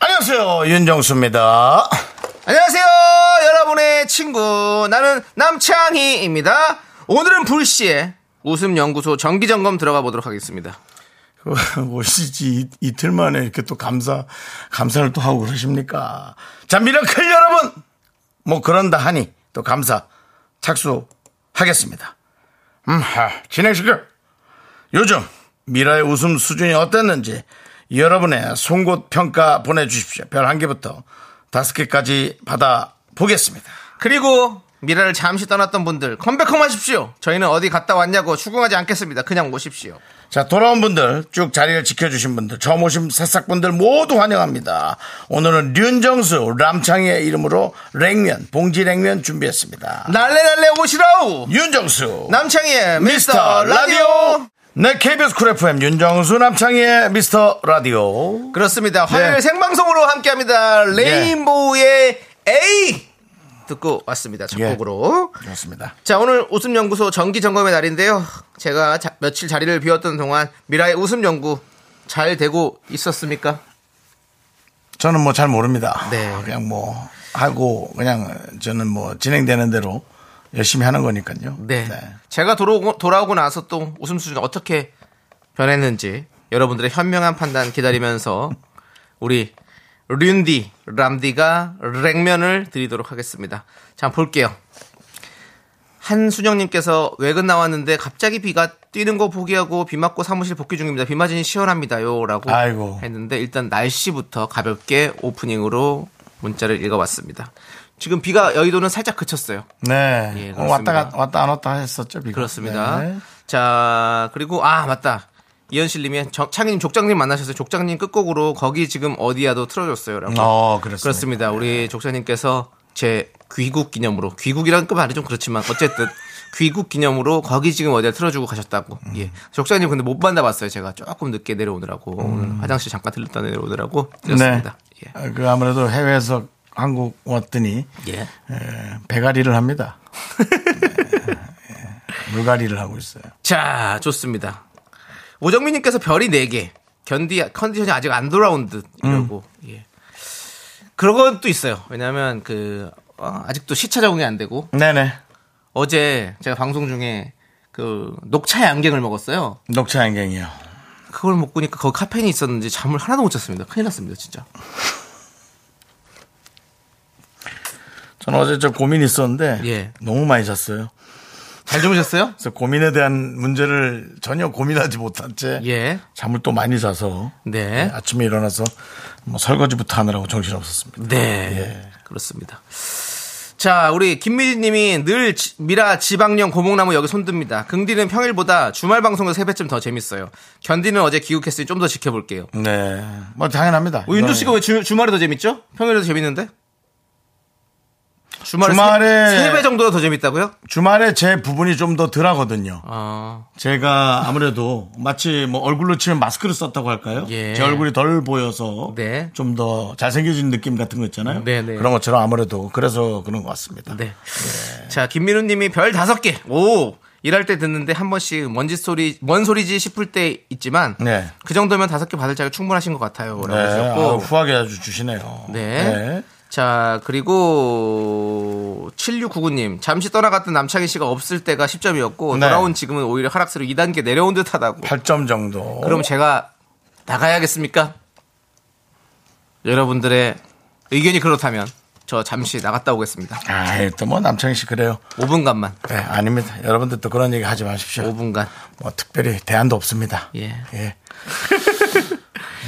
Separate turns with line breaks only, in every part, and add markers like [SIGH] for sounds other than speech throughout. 안녕하세요 윤정수입니다
안녕하세요, 여러분의 친구. 나는 남창희입니다. 오늘은 불씨의 웃음연구소 정기점검 들어가 보도록 하겠습니다.
오시지 그, 뭐, 이, 틀 만에 이렇게 또 감사 감사를 또 하고 그러십니까 자 미라클 여러분 뭐 그런다 하니 또 감사 착수하겠습니다 음하 진행시켜 요즘 미라의 웃음 수준이 어땠는지 여러분의 송곳 평가 보내주십시오 별 한 개부터 다섯 개까지 받아 보겠습니다
그리고 미라를 잠시 떠났던 분들 컴백홈 하십시오. 저희는 어디 갔다 왔냐고 추궁하지 않겠습니다. 그냥 오십시오.
자, 돌아온 분들, 쭉 자리를 지켜주신 분들, 처음 오신 새싹분들 모두 환영합니다. 오늘은 륜정수, 람창의 이름으로 냉면, 봉지냉면 준비했습니다.
날래날래 오시라우!
윤정수,
남창희의
미스터 라디오! 네, KBS 쿨 FM 윤정수, 남창의 미스터 라디오.
그렇습니다. 화요일
네. 예.
생방송으로 함께합니다. 레인보우의 에이! 듣고 왔습니다.
예.
작곡으로.
그렇습니다.
자 오늘 웃음 연구소 정기 점검의 날인데요. 제가 자- 며칠 자리를 비웠던 동안 미라의 웃음 연구 잘 되고 있었습니까?
저는 뭐 잘 모릅니다.
네.
그냥 뭐, 하고, 그냥 저는 뭐 진행되는 대로 열심히 하는 거니까요.
네. 제가 돌아오고, 돌아오고 나서 또 웃음 수준 어떻게 변했는지 여러분들의 현명한 판단
[LAUGHS]
기다리면서 우리 륜디 람디가 냉면을 드리도록 하겠습니다. 자 볼게요. 한순영님께서 외근 나왔는데 갑자기 비가 뛰는 거 포기하고 비 맞고 사무실 복귀 중입니다. 비 맞으니 시원합니다요라고
아이고.
했는데 일단 날씨부터 가볍게 오프닝으로 문자를 읽어봤습니다. 지금 비가 여의도는 살짝 그쳤어요.
네.
예,
오늘 왔다,
그렇습니다.
갔- 왔다 안 왔다 했었죠, 비가.
그렇습니다.
네.
자, 그리고 아, 맞다. 이현실님이 저- 창희님 족장님 만나셔서 족장님 끝곡으로 거기 지금 어디야도 틀어줬어요라고.
어, 그렇습니다. 네.
그렇습니다. 우리 족장님께서 제 귀국 기념으로 귀국이라는 그 말이 좀 그렇지만 어쨌든 귀국 기념으로 거기 지금 어디야 틀어주고 가셨다고. 예. 족장님 근데 못 만나봤어요. 제가 조금 늦게 내려오느라고 오늘 화장실 잠깐 들렀다 내려오느라고 드렸습니다.
음. 네. 어, 그 아무래도 해외에서 한국 왔더니
예. 예.
에, 배가리를
[LAUGHS]
합니다. 네, 예, 물갈이를 하고 있어요.
자, 좋습니다. 오정민님께서 별이 4개. 견디, 컨디션이 아직 안 돌아온 듯, 이러고, 예. 그런 건 또 있어요. 왜냐면, 하 그, 어, 아직도 시차 적응이 안 되고,
네네.
어제 제가 방송 중에 그, 녹차 양갱을 먹었어요.
녹차 안경이요.
그걸 먹고니까 거기 카페인이 있었는지 잠을 하나도 못 잤습니다. 큰일 났습니다, 진짜.
저는 어제 저 고민이 있었는데
예.
너무 많이 잤어요.
잘 주무셨어요?
그래서 고민에 대한 문제를 전혀 고민하지 못한 채
[LAUGHS] 예.
잠을 또 많이 자서 예,
네.
아침에 일어나서 뭐 설거지부터 하느라고 정신없었습니다.
네.
예.
그렇습니다. 자, 우리 김미진 님이 늘 지- 미라 지방령 고목나무 여기 손듭니다. 긍디는 평일보다 주말 방송에서 3배쯤 더 재밌어요. 견디는 어제 귀국했으니 좀 더 지켜볼게요.
네. 뭐 당연합니다.
어, 윤조 씨가 왜 주, 주말에 더 재밌죠? 평일에도 재밌는데? 주말에,
주말에-
3배 정도 더 재밌다고요?
주말에 제 부분이 좀 더 덜하거든요.
어,
제가 아무래도 마치 뭐 얼굴로 치면 마스크를 썼다고 할까요?
예.
제 얼굴이 덜 보여서
네.
좀 더 잘생겨진 느낌 같은 거 있잖아요.
네네.
그런 것처럼 아무래도 그래서 그런 것 같습니다.
네. 자, 김민우 님이 별 5개. 오! 일할 때 듣는데 한 번씩 먼지 소리, 뭔 소리지 싶을 때 있지만
네.
그 정도면 5개 받을 자격 충분하신 것 같아요. 라고
네.
하셨고
아우, 후하게 아주 주시네요.
네. 자, 그리고 7699님. 잠시 떠나갔던 남창희 씨가 없을 때가 10점이었고
네.
돌아온 지금은 오히려 하락세로 2단계 내려온 듯하다고.
8점 정도.
그럼 제가 나가야겠습니까? 여러분들의 의견이 그렇다면 저 잠시 나갔다 오겠습니다.
아, 또뭐 남창희 씨 그래요.
5분간만.
네, 아닙니다. 여러분들 또 그런 얘기 하지 마십시오.
5분간.
뭐 특별히 대안도 없습니다.
예.
[LAUGHS]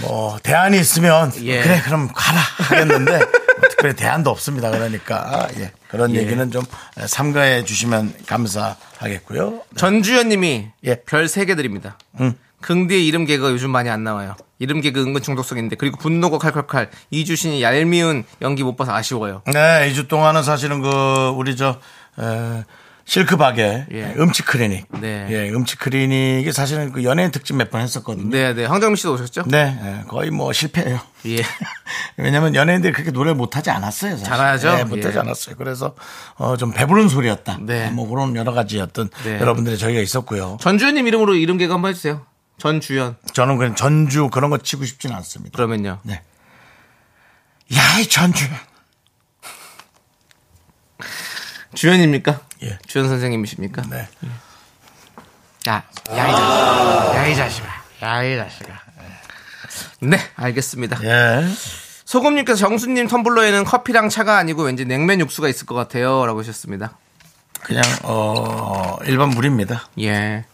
뭐 대안이 있으면
예.
그래 그럼 가라 하겠는데 뭐 특별히 대안도 없습니다. 그러니까 예. 그런
예.
얘기는 좀 삼가해 주시면 감사하겠고요.
전주현 님이
예. 음.
별 3개 드립니다. 긍디의 이름 개그가 요즘 많이 안 나와요. 이름 개그 은근 중독성 있는데 그리고 분노가 칼칼칼 이주신이 얄미운 연기 못 봐서 아쉬워요.
네, 2주 동안은 사실은 그 우리 저 에, 실크박의
예.
음치 클리닉.
네.
예, 음치 클리닉이 사실은 그 연예인 특집 몇 번 했었거든요.
네, 네. 황정민 씨도 오셨죠?
네, 예, 거의 뭐 실패예요.
예.
[LAUGHS] 왜냐면 연예인들이 그렇게 노래를 못하지 않았어요. 사실.
잘하죠?
예, 못하지
예.
않았어요. 그래서 어, 좀 배부른 소리였다.
네.
뭐 그런 여러 가지 어떤
네.
여러분들의 저희가 있었고요.
전주현님 이름으로 이름 개그 한번 해주세요. 전주현.
저는 그냥 전주 그런 거 치고 싶진 않습니다.
그러면요.
네. 야이 전주.
주현입니까?
예.
주현 선생님이십니까?
네.
야, 야이 자식아. 야이 자식아. 야이 자식아. 네, 알겠습니다.
예.
소금님께서 정수님 텀블러에는 커피랑 차가 아니고 왠지 냉면 육수가 있을 것 같아요. 라고 하셨습니다.
그냥 어 일반 물입니다.
예.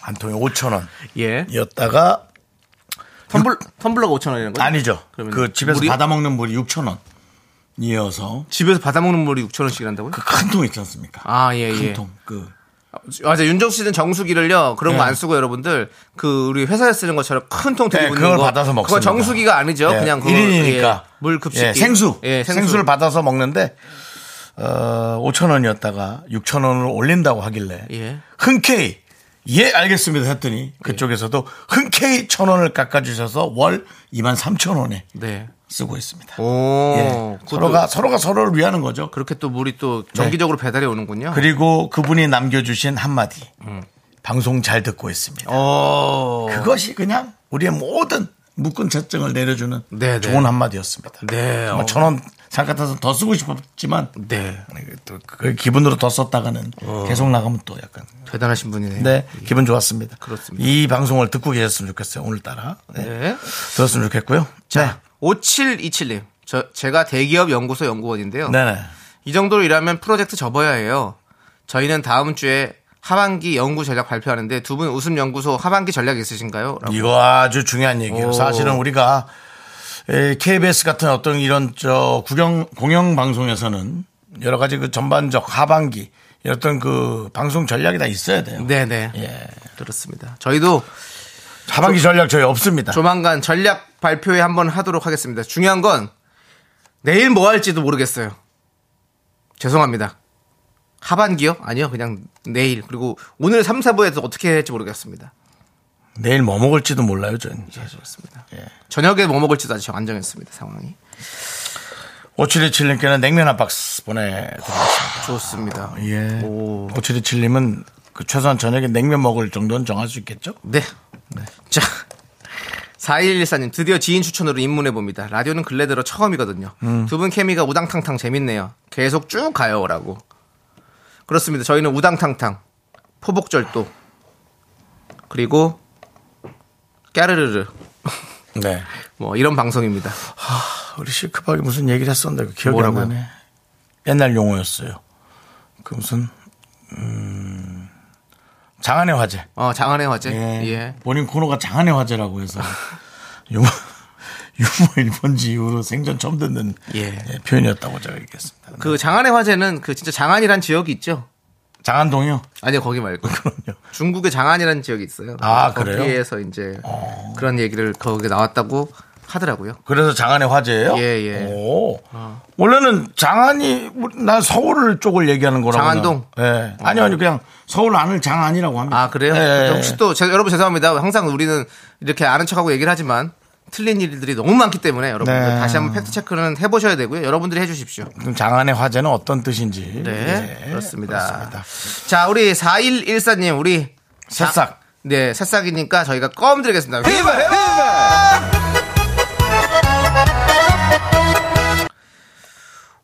한 통에 5천 원.
예.
이었다가
텀블, 텀블러가 5,000원이라는 거죠?
아니죠.
그러면
그 집에서
물이-
받아 먹는 물이 6천 원. 이어서
집에서 받아먹는 물이 6,000원씩 한다고요?
그 큰 통 있지 않습니까?
아, 예,
큰
예.
통. 그
맞아. 윤정수 씨는 정수기를요. 그런 거 안 쓰고 여러분들 그 우리 회사에 쓰는 것처럼 큰 통 들고
네,
있는
그걸
거.
받아서 먹습니다.
그거 정수기가 아니죠.
예,
그냥 그거
일인이니까.
예, 물 급식
예, 생수.
예, 생수.
생수. 를 받아서 먹는데 어 5천 원이었다가 6천 원을 올린다고 하길래
예.
흔쾌히 예 알겠습니다 했더니 그쪽에서도 흔쾌히 천 원을 깎아주셔서 월 2만 3천 원에
네.
쓰고 있습니다.
오.
예.
그것도
서로가 서로가 서로를 위하는 거죠.
그렇게 또 물이 또 정기적으로 배달이 오는군요.
그리고 그분이 남겨주신 한마디.
음.
방송 잘 듣고 있습니다.
어.
그것이 그냥 우리의 모든 묶은 채증을 내려주는
네네.
좋은 한마디였습니다.
네, 어.
천원 상가타서 더 쓰고 싶었지만
네.
또 그 기분으로 더 썼다가는 계속 나가면 또 약간
대단하신 어. 분이네요.
네 기분 좋았습니다.
그렇습니다.
이 방송을 듣고 계셨으면 좋겠어요. 오늘따라 네.
네.
들었으면 좋겠고요. 자,
5727님. 저 제가 대기업 연구소 연구원인데요.
네. 네네.
이 정도로 일하면 프로젝트 접어야 해요. 저희는 다음 주에 하반기 연구 전략 발표하는데 두 분 웃음 연구소 하반기 전략 있으신가요? 라고.
이거 아주 중요한 얘기예요.
어. 오.
사실은 우리가 에, KBS 같은 어떤 이런 저 구경 공영 방송에서는 여러 가지 그 전반적 하반기 어떤 그 방송 전략이 다 있어야 돼요.
네네.
예.
그렇습니다. 저희도
하반기 전략 저희 없습니다.
조만간 전략 발표회 한번 하도록 하겠습니다. 중요한 건 내일 뭐 할지도 모르겠어요. 죄송합니다. 하반기요? 아니요. 그냥 내일. 그리고 오늘 3, 4부에서 어떻게 해야 할지 모르겠습니다.
내일 뭐 먹을지도 몰라요, 저는.
네, 그렇습니다.
예.
저녁에 뭐 먹을지도 아직 안 정했습니다. 상황이.
5727님께는 냉면 한 박스 보내드리겠습니다.
좋습니다.
예.
오.
5727님은 그 최소한 저녁에 냉면 먹을 정도는 정할 수 있겠죠?
네. 자. 4114님, 드디어 지인 추천으로 입문해봅니다. 라디오는 근래 들어 처음이거든요. 두 분 케미가 우당탕탕 재밌네요. 계속 쭉 가요. 라고. 그렇습니다. 저희는 우당탕탕, 포복절도, 그리고 까르르르,
네.
뭐 이런 방송입니다.
우리 실크박이 무슨 얘기를 했었는데 그 기억이
뭐라고요?
안 나네. 옛날 용어였어요. 그 무슨 음 장안의 화제.
어, 장안의 화제.
예.
예.
본인 코너가 장안의 화제라고 해서 [LAUGHS] 유머 유머 일본지 이후로 생전 처음 듣는
예.
예, 표현이었다고 제가 얘기했습니다.
그 장안의 화제는 그 진짜 장안이란 지역이 있죠.
장안동이요?
아니요, 거기 말고.
[LAUGHS] 그럼요.
중국의 장안이라는 지역이 있어요. 어.
아, 그래요?
거기에서 이제 그런 얘기를 거기 나왔다고 하더라고요.
그래서 장안의 화제예요?
예, 예.
오. 원래는 장안이 난 서울 쪽을 얘기하는 거라고.
장안동?
예. 아니요, 아니요. 그냥 서울 안을 장안이라고 합니다.
아 그래요?
예, 예.
혹시 또 제- 여러분 죄송합니다. 항상 우리는 이렇게 아는 척하고 얘기를 하지만 틀린 일들이 너무 많기 때문에 여러분들
네.
다시 한번 팩트 체크는 해보셔야 되고요. 여러분들이 해주십시오.
그럼 장안의 화제는 어떤 뜻인지.
네,
예,
그렇습니다.
그렇습니다.
자 우리 4114님 우리
새싹.
네 새싹이니까 저희가 껌 드리겠습니다.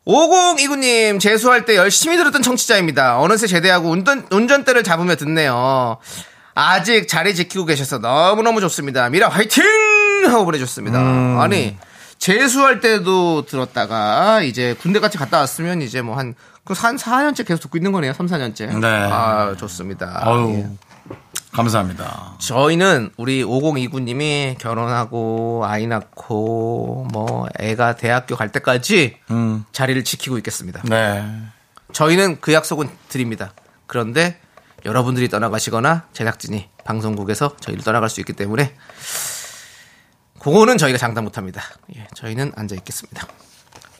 오공 이구님 재수할 때 열심히 들었던 청취자입니다. 어느새 제대하고 운전 운전대를 잡으며 듣네요. 아직 자리 지키고 계셔서 너무 너무 좋습니다. 미라 화이팅 하고 보내줬습니다.
음.
아니 재수할 때도 들었다가 이제 군대까지 갔다 왔으면 이제 뭐한그한 4년째 계속 듣고 있는 거네요. 3, 4년째.
네.
아 좋습니다.
아유.
예.
감사합니다.
저희는 우리 5029님이 결혼하고 아이 낳고 뭐 애가 대학교 갈 때까지 자리를 지키고 있겠습니다.
네.
저희는 그 약속은 드립니다. 그런데 여러분들이 떠나가시거나 제작진이 방송국에서 저희를 떠나갈 수 있기 때문에 그거는 저희가 장담 못합니다. 예, 저희는 앉아 있겠습니다.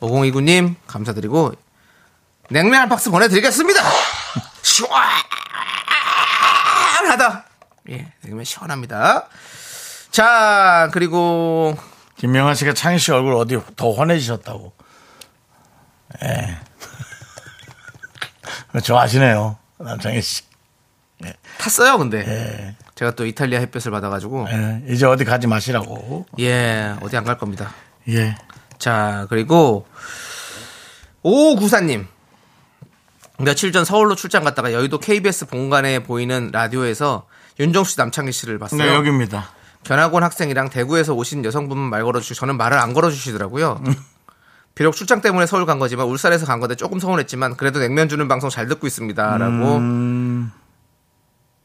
5029님 감사드리고 냉면 한 박스 보내드리겠습니다. [LAUGHS] 시원하다. 예, 냉면 시원합니다. 자, 그리고
김명아 씨가 창희 씨 얼굴 어디 더 환해지셨다고. [LAUGHS] 예. 저 아시네요. 남창희 씨.
탔어요, 근데.
예.
제가 또 이탈리아 햇볕을 받아가지고
예. 이제 어디 가지 마시라고.
예, 어디 안 갈 겁니다.
예.
자, 그리고 오구사님 며칠 전 서울로 출장 갔다가 여의도 KBS 본관에 보이는 라디오에서 윤정수 씨, 남창희 씨를 봤어요.
네, 여기입니다.
견학원 학생이랑 대구에서 오신 여성분만 말 걸어주시고 저는 말을
[LAUGHS]
안 걸어주시더라고요. 비록 출장 때문에 서울 간 거지만 울산에서 간 건데 조금 서운했지만 그래도 냉면 주는 방송 잘 듣고 있습니다라고
음.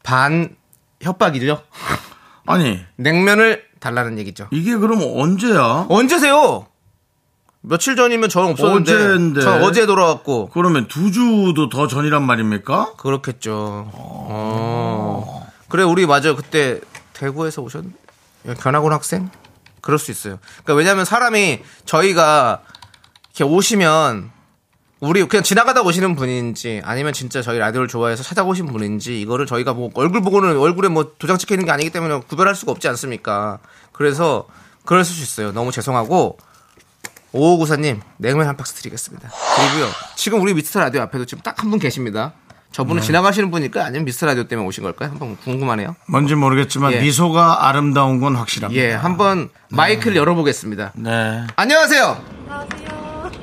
반 협박이죠.
아니,
냉면을 달라는 얘기죠.
이게 그럼 언제야?
언제세요? 며칠 전이면 저는 없었는데
어제인데.
저 어제 돌아왔고
그러면 두 주도 더 전이란 말입니까?
그렇겠죠. 어. 그래 우리 맞아요. 그때 대구에서 오셨 견학원 학생? 그럴 수 있어요. 그러니까 왜냐하면 사람이 저희가 이렇게 오시면 우리 그냥 지나가다 오시는 분인지 아니면 진짜 저희 라디오를 좋아해서 찾아오신 분인지 이거를 저희가 뭐 얼굴 보고는 얼굴에 뭐 도장 찍혀 있는 게 아니기 때문에 구별할 수가 없지 않습니까? 그래서 그럴 수 있어요. 너무 죄송하고 오호구사님 냉면 한 박스 드리겠습니다. 그리고요 지금 우리 미스터 라디오 앞에도 지금 딱 한 분 계십니다. 저분은 지나가시는 분일까 아니면 미스터 라디오 때문에 오신 걸까요? 한번 궁금하네요.
뭔지 모르겠지만
예.
미소가 아름다운 건 확실합니다.
예, 한번 마이크를 열어보겠습니다.
네.
안녕하세요.
안녕하세요.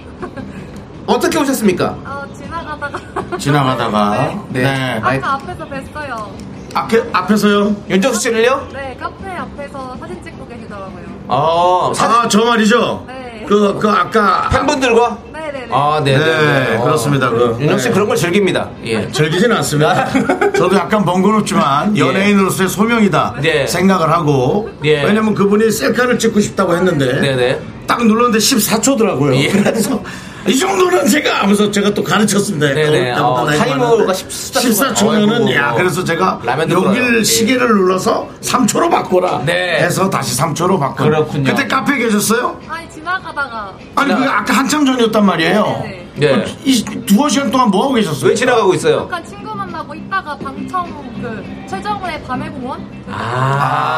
어떻게 오셨습니까?
어, 지나가다가
지나가다가
네.
네. 아, 그
아이-
아까 앞에서 뵀어요.
앞에 앞에서요?
윤정수 씨를요?
네, 카페 앞에서 사진 찍고 계시더라고요.
어, 사진
아, 저 말이죠.
네.
그, 그 아까
팬분들과
네, 네, 네.
아, 네,
네,
네, 네. 어.
그렇습니다. 그
윤정 씨
네.
그런 걸 즐깁니다. 예.
즐기진 않습니다.
[LAUGHS]
저도 약간 번거롭지만
예.
연예인으로서의 소명이다
네.
생각을 하고
예.
왜냐면 그분이 셀카를 찍고 싶다고 했는데
네, 네.
딱 눌렀는데 14초더라고요.
예.
그래서 이 정도는 제가 하면서 제가 또 가르쳤습니다.
네, 네. 어, 타이머가 14초.
14초면은
아이고.
야 그래서 제가
라면 들어가요. 예.
여길 시계를 눌러서 3초로 바꿔라
네.
해서 다시 3초로 바꿔.
그렇군요.
그때 카페 계셨어요?
아니, 지나가다가.
아니 그 아까 한참 전이었단 말이에요.
네, 네.
네.
이 두어 시간 동안 뭐 하고 계셨어요?
왜 지나가고 있어요?
잠깐 친구 만나고 있다가 방청 그 최정훈의 밤의 공원?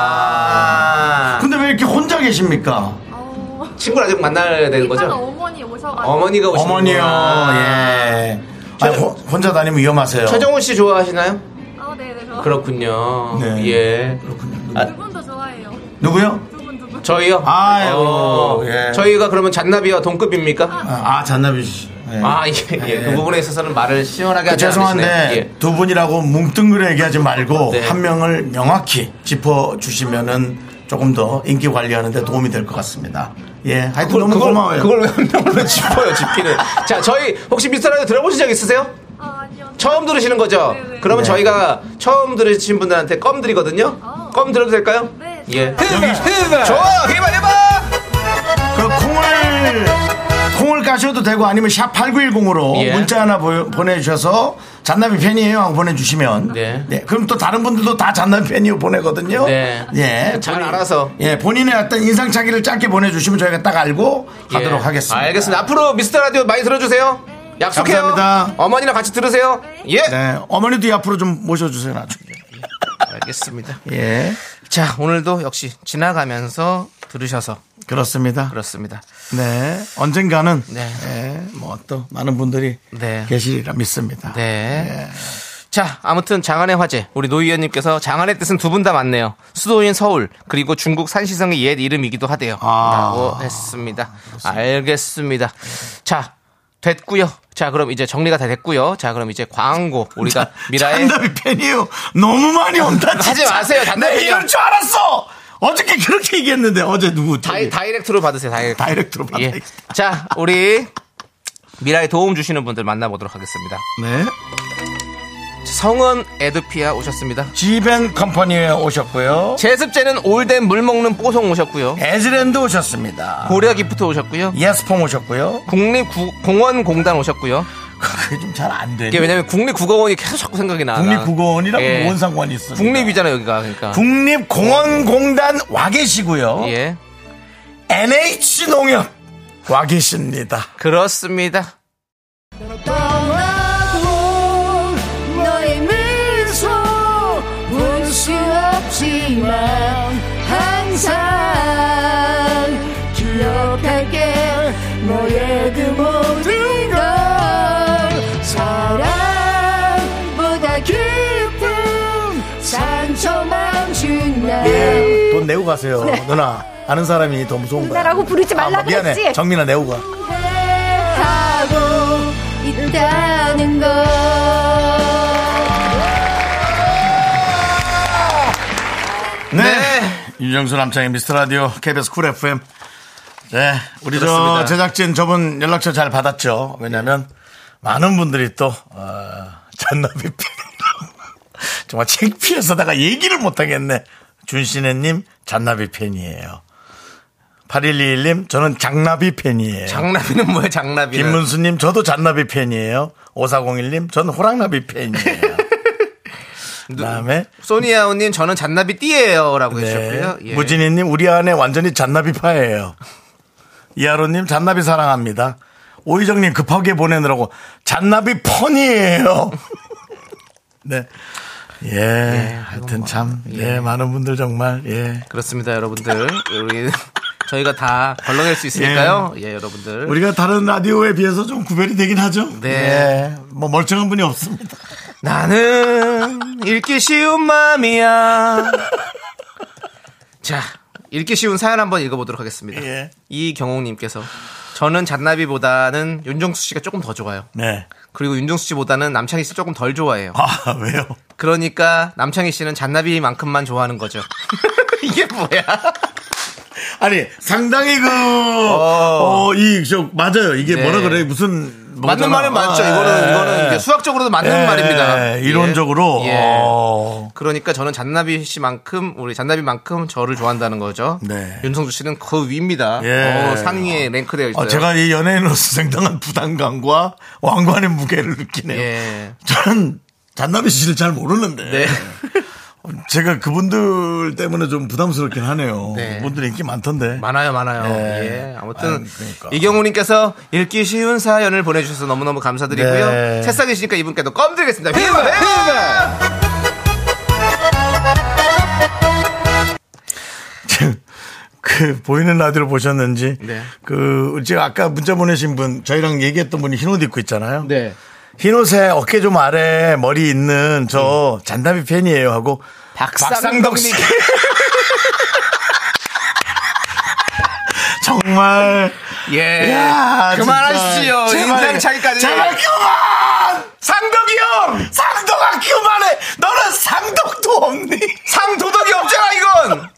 아.
근데 왜 이렇게 혼자 계십니까?
어,
그 친구를 아직 만나야 되는
이따가
거죠?
어머니 오셔가지고.
네, 어머니가 네. 오시는
어머니요, 예. 아니, 호- 혼자 다니면 위험하세요.
아. 최정훈 씨 좋아하시나요?
아, 네, 네. 저
그렇군요.
네.
예. 아,
두분도 좋아해요.
누구요?
두 분, 두 분.
저희요?
아이고,
어,
예.
저희가 그러면 잔나비와 동급입니까?
아, 아, 잔나비 씨. 예.
아, 예, 예. 그 부분에 있어서는 말을 시원하게 하지
그 죄송한데
않으시네요. 예.
두 분이라고 뭉뚱그려 얘기하지 말고
네.
한 명을 명확히 짚어 주시면은 조금 더 인기 관리하는데 도움이 될 것 같습니다. 예, 하여튼 너무 고마워요.
그걸 왜한 명으로
[LAUGHS]
짚어요, 짚기는. 자, 저희 혹시 미스터라디오 들어보신 적 있으세요?
아, 아니요.
처음 들으시는 거죠?
네, 네.
그러면
네.
저희가 처음 들으신 분들한테 껌 드리거든요.
아.
껌 들어도 될까요?
네,
예.
좋아요.
좋아, 해봐, 해봐.
그 콩을 콩을 까셔도 되고 아니면 샵 8910으로
예.
문자 하나 보, 내주셔서 잔나비 팬이에요 하고 보내주시면
네.
예, 그럼 또 다른 분들도 다 잔나비 팬이요 보내거든요
네.
예,
잘
본인-
알아서.
예, 본인의 어떤 인상착의를 짧게 보내주시면 저희가 딱 알고 가도록
예.
하겠습니다
알겠습니다. 앞으로 미스터 라디오 많이 들어주세요. 약속해요.
감사합니다.
어머니랑 같이 들으세요. 예.
네, 어머니도 앞으로 좀 모셔주세요 나중에
알겠습니다.
예
자, 오늘도 역시 지나가면서 들으셔서
그렇습니다
그렇습니다.
네 언젠가는
네.
뭐 또 많은 분들이
네.
계시리라 믿습니다 예.
네. 자, 아무튼 장안의 화제. 우리 노희연님께서 장안의 뜻은 두 분 다 맞네요. 수도인 서울, 그리고 중국 산시성의 옛 이름이기도 하대요.
아.
라고 했습니다. 알겠습니다. 자, 됐고요 자, 그럼 이제 정리가 다 됐고요 자, 그럼 이제 광고. 우리가 미라의.
잔나비 팬이요. 너무 많이 온다. 진짜.
하지 마세요, 잔나비
내
팬.
이럴 줄 알았어. 어저께 그렇게 얘기했는데 어제 누구
다이, 다이렉트로 받으세요, 다이렉트.
다이렉트로 받아.
예. 자, 우리 미라에 도움 주시는 분들 만나보도록 하겠습니다.
네.
성은 에드피아 오셨습니다.
지벤 컴퍼니에 오셨고요.
제습제는 올덴 물 먹는 뽀송 오셨고요.
에즈랜드 오셨습니다.
고려 기프트 오셨고요.
예스폼 오셨고요. [LAUGHS]
국립공원공단 오셨고요.
그게 좀 잘 안 돼.
이게 왜냐면 국립국어원이 계속 자꾸 생각이 나. 나.
국립국어원이랑
예.
뭔 상관이 있어?
국립이잖아 여기가 그러니까.
국립공원공단 와 계시고요.
예.
NH농협 와 계십니다.
그렇습니다.
그
예. 돈 내고 가세요. 누나, 아는 사람이 더 무서운 거야.
예. 누나라고 부르지 말라
아, 미안해.
그랬지?
정민아, 내고 가.
하고 있다는 걸
네. 윤정수 남창의 미스터 라디오 KBS 쿨 FM. 네. 우리 저
그렇습니다.
제작진 저분 연락처 잘 받았죠. 왜냐면 많은 분들이 또, 어, 잔나비 팬. [LAUGHS] 정말 창피해서 다가 얘기를 못하겠네. 준신혜님, 잔나비 팬이에요. 8121님, 저는 장나비 팬이에요.
장나비는 뭐야 장나비는.
김문수님, 저도 잔나비 팬이에요. 5401님, 전 호랑나비
[LAUGHS]
팬이에요. 그 다음에
소니아우님 저는 잔나비 띠예요라고 해주셨고요. 예.
네. 무진이님 우리 안에 완전히 잔나비파예요. 이하로님 잔나비 사랑합니다. 오희정님 급하게 보내느라고 잔나비 펀이에요. [LAUGHS] 네. 예,
뭐.
하여튼 참, 예, 많은 분들 정말, 예.
그렇습니다 여러분들. 우리 [LAUGHS] 저희가 다 걸러낼 수 있으니까요. 예, 여러분들.
우리가 다른 라디오에 비해서 좀 구별이 되긴 하죠?
네.
예, 뭐 멀쩡한 분이 없습니다.
나는 읽기 쉬운 마음이야. 자, 읽기 쉬운 사연 한번 읽어보도록 하겠습니다.
예.
이경옥님께서 저는 잔나비보다는 윤정수 씨가 조금 더 좋아요.
네.
그리고 윤정수 씨보다는 남창희 씨 조금 덜 좋아해요.
아, 왜요?
그러니까 남창희 씨는 잔나비만큼만 좋아하는 거죠. [LAUGHS] 이게 뭐야?
아니, 상당히 그,
어.
어, 이, 저, 맞아요. 이게
네.
뭐라 그래. 무슨.
맞는
뭐잖아.
말은 맞죠.
아,
이거는
예.
이거는 이제 수학적으로도 맞는
예,
말입니다.
이론적으로.
예.
어.
그러니까 저는 잔나비 씨만큼 우리 잔나비만큼 저를 좋아한다는 거죠.
네.
윤성주 씨는 그 위입니다.
예.
어, 상위에 랭크되어 있어요.
어, 제가 이 연예인으로서 생당한 부담감과 왕관의 무게를 느끼네요.
예.
저는 잔나비 씨를 잘 모르는데.
네.
[LAUGHS] 제가 그분들 때문에 좀 부담스럽긴 하네요.
네.
그분들 인기 많던데.
많아요, 많아요.
네.
예. 아무튼
아유, 그러니까.
이경우님께서 읽기 쉬운 사연을 보내주셔서 너무너무 감사드리고요.
네.
새싹이시니까 이분께도 껌 드리겠습니다. 휘바, 휘바!
[LAUGHS] 그 보이는 라디오 보셨는지
네.
그 제가 아까 문자 보내신 분 저희랑 얘기했던 분이 흰 옷 입고 있잖아요.
네.
흰 옷에 어깨 좀 아래 머리 있는 저
음.
잔다비 팬이에요 하고 박상덕
[LAUGHS]
씨 정말
예.
야,
그만하시죠.
진짜. 제발,
인생 차이까지. 네.
제발 그만! 상덕이 형! 상덕아 그만해! 너는 상덕도 없니?
상도덕이 없잖아, 이건!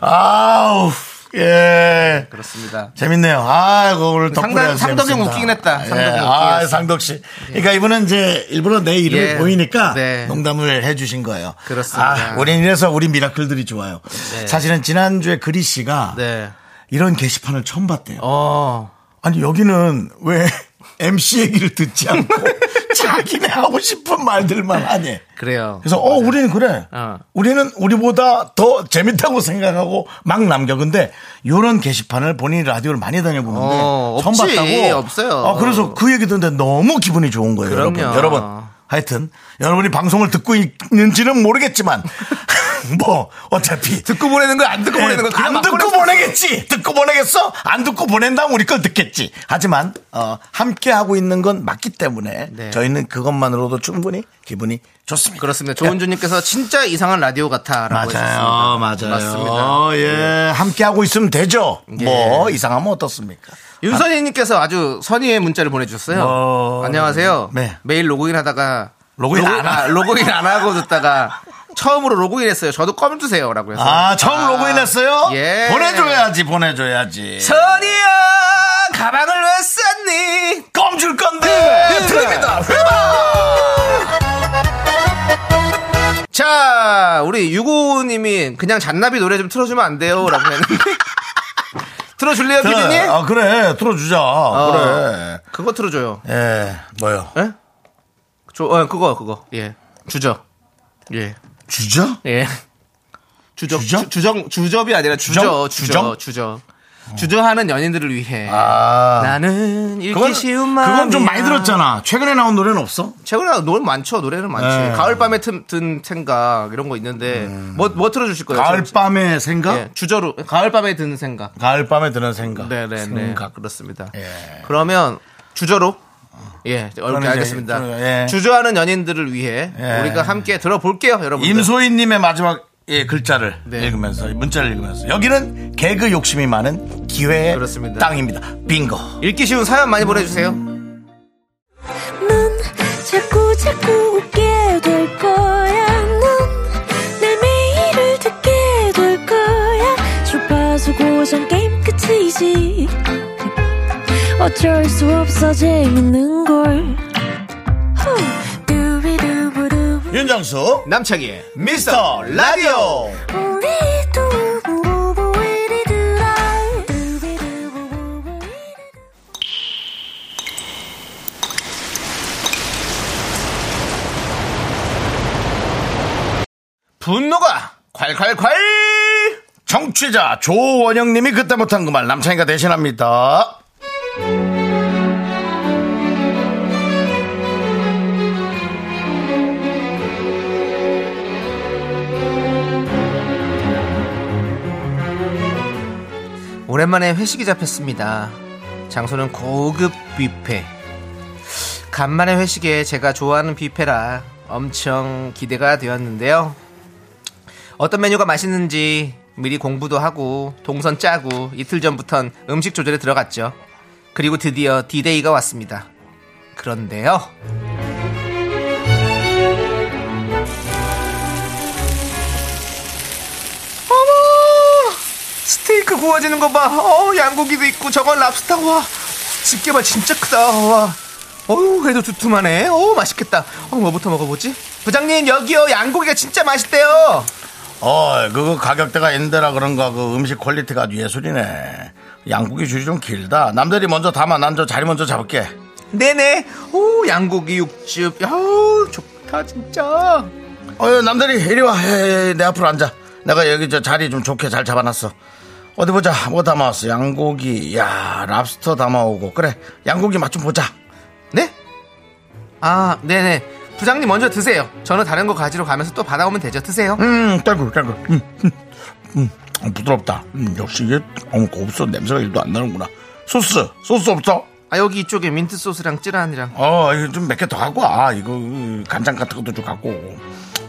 아우 예.
그렇습니다.
재밌네요. 아, 이거 오늘 덕분에
상당-
아주
상덕이
재밌습니다.
웃기긴 했다. 상덕이
예,
웃기긴
아,
했어.
상덕 씨. 그러니까 이분은 이제 일부러 내 이름이
예.
보이니까
네.
농담을 해주신 거예요.
그렇습니다.
아, 우린 이래서 우리 미라클들이 좋아요. 사실은 지난주에 그리 씨가
네.
이런 게시판을 처음 봤대요.
어.
아니 여기는 왜 [LAUGHS] MC 얘기를 듣지 않고
[LAUGHS]
자기네 하고 싶은 말들만 하니?
그래요.
그래서 어 우리는 그래.
어.
우리는 우리보다 더 재밌다고 생각하고 막 남겨. 근데 요런 게시판을 본인이 라디오를 많이 다녀보는데
어,
처음
없지.
봤다고.
없어요.
아, 그래서 그 얘기 듣는데 너무 기분이 좋은 거예요.
그럼요.
여러분. 여러분. 하여튼 여러분이 방송을 듣고 있는지는 모르겠지만 [LAUGHS] 뭐 어차피
듣고 보내는 거, 안 듣고
예,
보내는 거. 그냥
안
막
듣고
보내-
보내겠지. 듣고 보내겠어? 안 듣고 보낸다면 우리 걸 듣겠지. 하지만 어, 함께 하고 있는 건 맞기 때문에
네.
저희는 그것만으로도 충분히 기분이 좋습니다.
그렇습니다. 조은주님께서 진짜 이상한 라디오 같아라고
맞아요,
했습니다.
맞아요.
맞습니다.
예, 함께 하고 있으면 되죠. 뭐 이상하면 어떻습니까?
예. 윤선희님께서 아주 선의의 문자를 보내주셨어요.
어,
안녕하세요.
네.
매일 로그인 하다가
로그인 안 하-
아, 로그인 안 하고 듣다가 처음으로 로그인했어요. 저도 껌 주세요라고 해서
아, 처음 로그인했어요?
예.
보내줘야지, 보내줘야지.
선희야 가방을 왜 네, 쌌니?
껌 줄 건데. 네. 드립니다.
자, 우리 유고님이 그냥 잔나비 노래 좀 [LAUGHS] 틀어주면 안 돼요라고 했는데 틀어줄래요,
그래.
피디님?
아, 그래. 틀어주자.
어,
그래.
그거 틀어줘요.
예, 뭐요?
예? 저, 어, 그거, 그거. 예. 주저. 예.
주죠?
예. 주적,
주저?
주, 주정, 주접이 아니라 주저,
주정?
주저,
주정?
주저. 주저하는 연인들을 위해.
아.
나는 읽기
그건,
쉬운 마음.
그건 좀 많이 들었잖아. 최근에 나온 노래는 없어?
최근에 노래 많죠. 노래는 많지.
네. 음.
가을밤에 튼, 든 생각 이런 거 있는데 뭐, 뭐 틀어주실 거예요?
가을밤의 생각?
예, 주저로 가을밤에 드는 생각.
가을밤에 드는 생각.
네네네.
생각.
그렇습니다.
예.
그러면 주저로 예,
이제
어렵게 알겠습니다.
그럼, 예.
주저하는 연인들을 위해
예.
우리가 함께 들어볼게요, 여러분.
임소희님의 마지막 예, 글자를
네.
읽으면서, 문자를 읽으면서. 여기는 개그 욕심이 많은 기회의
그렇습니다.
땅입니다. 빙고.
읽기 쉬운 사연 많이 보내주세요.
넌 자꾸 자꾸 웃게 될 거야. 넌내 매일을 듣게 될 거야. 주파수 고정 게임 끝이지. 어쩔 수 없어 재밌는 걸. 후. 두비두부두.
윤정수.
남창희의
미스터 라디오.
우리 두부부부 우리 두라. 두비두부부부 우리 두라.
분노가 콸콸콸!
정취자 조원영님이 그때 못한 그 말 남창이가 대신합니다.
오랜만에 회식이 잡혔습니다. 장소는 고급 뷔페. 간만에 회식에 제가 좋아하는 뷔페라 엄청 기대가 되었는데요. 어떤 메뉴가 맛있는지 미리 공부도 하고 동선 짜고 이틀 전부턴 음식 조절에 들어갔죠. 그리고 드디어 디데이가 왔습니다. 그런데요. 어머! 스테이크 구워지는 거 봐. 어, 양고기도 있고 저건 랍스터 와. 집게발 진짜 크다. 와. 어우, 그래도 두툼하네. 어, 맛있겠다. 어, 뭐부터 먹어보지? 부장님, 여기요. 양고기가 진짜 맛있대요.
어, 그거 가격대가 엔데라 그런가 그 음식 퀄리티가 아주 예술이네. 양고기 줄이 좀 길다. 남들이 먼저 담아 난 저 자리 먼저 잡을게.
네네. 오, 양고기 육즙. 야, 좋다 진짜.
어, 남들이 이리 와. 에, 에, 내 앞으로 앉아. 내가 여기 저 자리 좀 좋게 잘 잡아놨어. 어디 보자. 뭐 담아왔어? 양고기. 야, 랍스터 담아오고. 그래. 양고기 맛 좀 보자.
네? 아, 네네. 부장님 먼저 드세요. 저는 다른 거 가지러 가면서 또 받아오면 되죠. 드세요.
음, 떼굴, 떼굴. 음, 음, 음, 어, 부드럽다. 음, 역시 이게 어, 없어. 냄새가 일도 안 나는구나. 소스, 소스 없어?
아, 여기 이쪽에 민트 소스랑 찌란이랑.
어, 이거 좀 몇 개 더 갖고 와. 이거 음, 간장 같은 것도 좀 갖고 오고.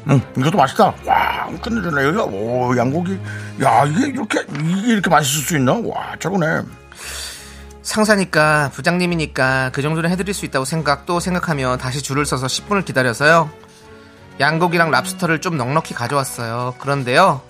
음, 이것도 맛있다. 와, 끝내주네. 여기가, 오, 양고기. 야, 이게 이렇게, 이게 이렇게 맛있을 수 있나? 와, 최고네.
상사니까 부장님이니까 그 정도는 해드릴 수 있다고 생각 또 생각하며 다시 줄을 서서 10분을 기다려서요. 양고기랑 랍스터를 좀 넉넉히 가져왔어요. 그런데요.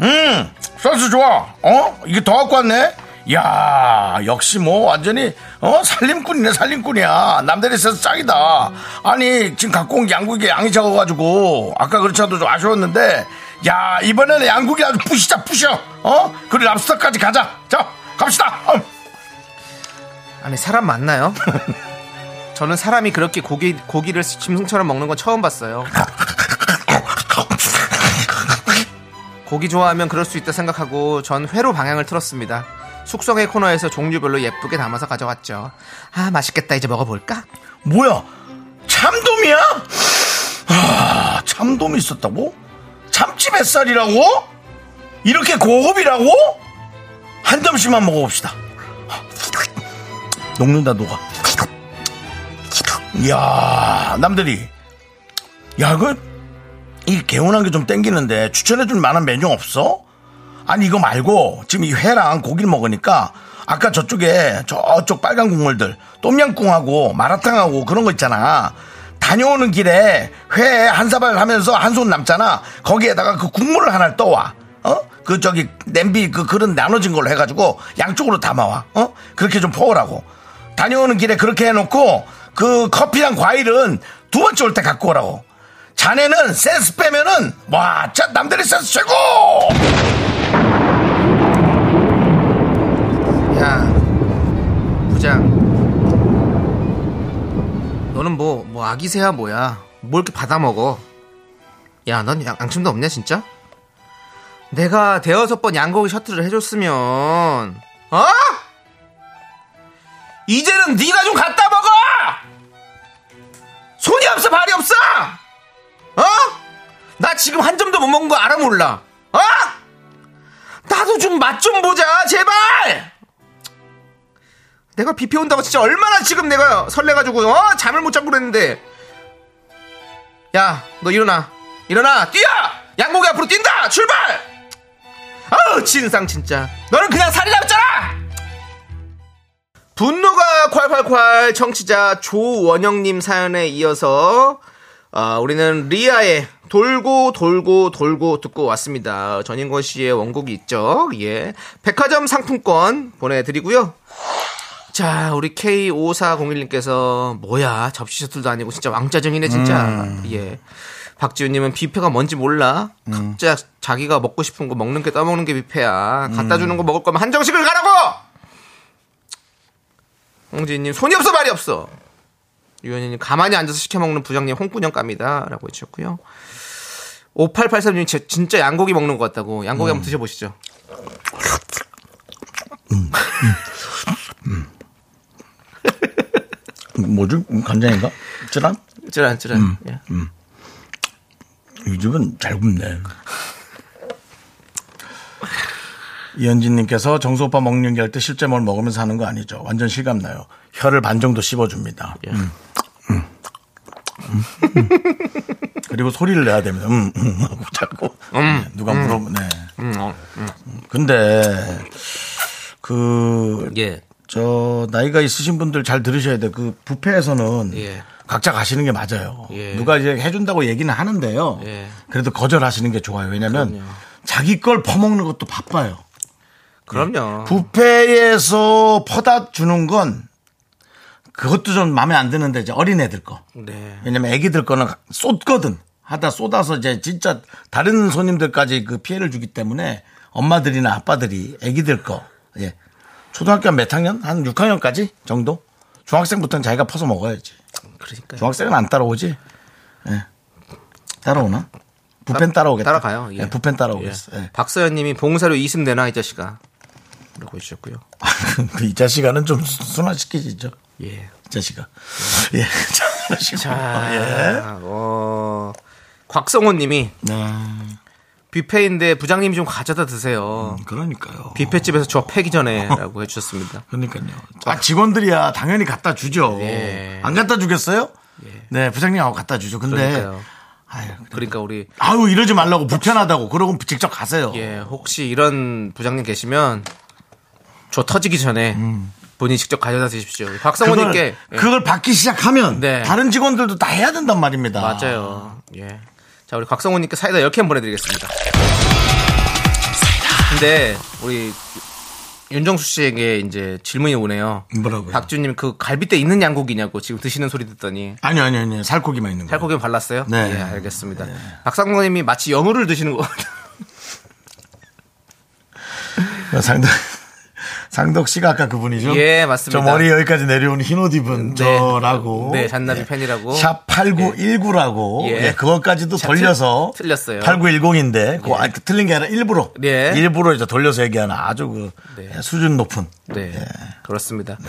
음, 소스 좋아. 어? 이게 더 갖고 왔네? 야 역시 뭐 완전히 어 살림꾼이네 살림꾼이야 남들이 있어서 짱이다 아니 지금 갖고 온 양고기 양이 작아가지고 아까 그렇지 않아도 좀 아쉬웠는데 야 이번에는 양고기 아주 부시자 부셔 어 그리고 랍스터까지 가자 자 갑시다 음.
아니 사람 맞나요? 저는 사람이 그렇게 고기, 고기를 짐승처럼 먹는 건 처음 봤어요. 고기 좋아하면 그럴 수 있다 생각하고 전 회로 방향을 틀었습니다. 숙성의 코너에서 종류별로 예쁘게 담아서 가져갔죠. 아 맛있겠다 이제 먹어볼까?
뭐야 참돔이야 아 참돔이 있었다고 참치 뱃살이라고 이렇게 고급이라고 한 점씩만 먹어봅시다 녹는다 녹아 이야 남들이 야그이 개운한 게 좀 땡기는데 추천해 줄 만한 메뉴 없어? 아니 이거 말고 지금 이 회랑 고기를 먹으니까 아까 저쪽에 저쪽 빨간 국물들 똠양꿍하고 마라탕하고 그런 거 있잖아 다녀오는 길에 회 한 사발 하면서 한 손 남잖아 거기에다가 그 국물을 하나를 떠와 어? 그 저기 냄비 그 그릇 나눠진 걸로 해가지고 양쪽으로 담아와 어? 그렇게 좀 퍼오라고 다녀오는 길에 그렇게 해놓고 그 커피랑 과일은 두 번째 올 때 갖고 오라고 자네는 센스 빼면은 와 자, 남들이 센스 최고
너는 뭐, 뭐 아기 새야 뭐야. 뭘 이렇게 받아먹어. 야, 넌 양, 양심도 없냐, 진짜? 내가 대여섯 번 양고기 셔틀을 해줬으면, 어? 이제는 네가 좀 갖다 먹어! 손이 없어, 발이 없어! 어? 나 지금 한 점도 못 먹은 거 알아 몰라? 어? 나도 좀 맛 좀 보자, 제발! 내가 비 피온다고 진짜 얼마나 지금 내가 설레가지고 어? 잠을 못 자고 그랬는데 야 너 일어나 일어나 뛰어 양고기 앞으로 뛴다 출발 아우 진상 진짜 너는 그냥 살이 남잖아 분노가 콸콸콸 청취자 조원영님 사연에 이어서 아, 우리는 리아의 돌고 돌고 돌고 듣고 왔습니다. 전인권 씨의 원곡이 있죠. 예. 백화점 상품권 보내드리고요. 자, 우리 K5401님께서 뭐야 접시 셔틀도 아니고 진짜 왕짜증이네 진짜. 예. 박지훈님은 뷔페가 뭔지 몰라. 각자 자기가 먹고 싶은 거 먹는 게 떠먹는 게 뷔페야. 갖다 주는 거 먹을 거면 한정식을 가라고. 홍진님 손이 없어 말이 없어. 유현이님 가만히 앉아서 시켜 먹는 부장님 홍군형감이다라고 해주셨고요. 5883님 진짜 양고기 먹는 것 같다고 양고기 한번 드셔보시죠.
뭐지? 간장인가? 찌란?
찌란 찌란. 예.
이 집은 잘 굽네. 이현진님께서 정수 오빠 먹는 게 할 때 실제 뭘 먹으면서 하는 거 아니죠? 완전 실감 나요. 혀를 반 정도 씹어줍니다. 음. 음. 음. 음. 그리고 소리를 내야 됩니다. 음, 음 하고 자꾸 네, 누가 물어보네.
음.
근데 그
예.
저 나이가 있으신 분들 잘 들으셔야 돼. 그 부페에서는
예.
각자 가시는 게 맞아요.
예.
누가 이제 해준다고 얘기는 하는데요.
예.
그래도 거절하시는 게 좋아요. 왜냐면 자기 걸 퍼먹는 것도 바빠요.
그럼요.
부페에서 퍼다 주는 건 그것도 좀 마음에 안 드는데 이제 어린애들 거.
네.
왜냐면 애기들 거는 쏟거든. 하다 쏟아서 이제 진짜 다른 손님들까지 그 피해를 주기 때문에 엄마들이나 아빠들이 애기들 거. 예. 초등학교 몇 학년? 한 6학년까지 정도? 중학생부터는 자기가 퍼서 먹어야지.
그러니까
중학생은 안 따라오지? 예. 따라오나? 부펜 따라오겠다.
따라가요. 예.
예, 부펜 따라오겠어. 예. [LAUGHS]
박서연님이 봉사료 20 내놔 이 자식아. 라고 해주셨고요.
그이 자식아는 좀 수- 순화시키지죠.
예.
이 자식아.
[LAUGHS]
예. 자,
자,
예.
아, 어, 곽성호님이
네.
뷔페인데 부장님이 좀 가져다 드세요.
음. 그러니까요.
뷔페집에서 저 패기 전에라고 해주셨습니다.
그러니까요. 아, 직원들이야 당연히 갖다 주죠.
예.
안 갖다 주겠어요? 네, 부장님하고 갖다 주죠. 근데
그러니까요.
아유,
그러니까 우리
아유 이러지 말라고 불편하다고 그러고 직접 가세요.
예 혹시 이런 부장님 계시면 저 터지기 전에 본인 직접 가져다 드십시오.
음. 그걸,
박성호님께 예,
그걸 받기 시작하면
네.
다른 직원들도 다 해야 된단 말입니다.
맞아요. 예. 자, 우리 곽성우님께 사이다 10캔 보내드리겠습니다. 근데, 우리, 윤정수 씨에게 이제 질문이 오네요.
뭐라고요?
박준님 그 갈비뼈 있는 양고기냐고 지금 드시는 소리 듣더니.
아니요, 아니요, 아니요. 살코기만 있는 거예요.
살코기 발랐어요?
네.
예, 알겠습니다. 박상우님이 마치 영어를 드시는 것 같아요.
[LAUGHS] 상덕 [LAUGHS] 상덕 씨가 아까 그분이죠?
예, 맞습니다.
저 머리 여기까지 내려온 흰 옷 입은
네.
저라고. 예.
네, 잔나비 팬이라고.
샵 8919라고.
예.
예. 그것까지도
자,
돌려서.
틀- 틀렸어요.
8910인데, 그, 아, 그 틀린 게 아니라 일부러.
네.
일부러 이제 돌려서 얘기하는 아주 그
네.
수준 높은.
네. 그렇습니다.
네.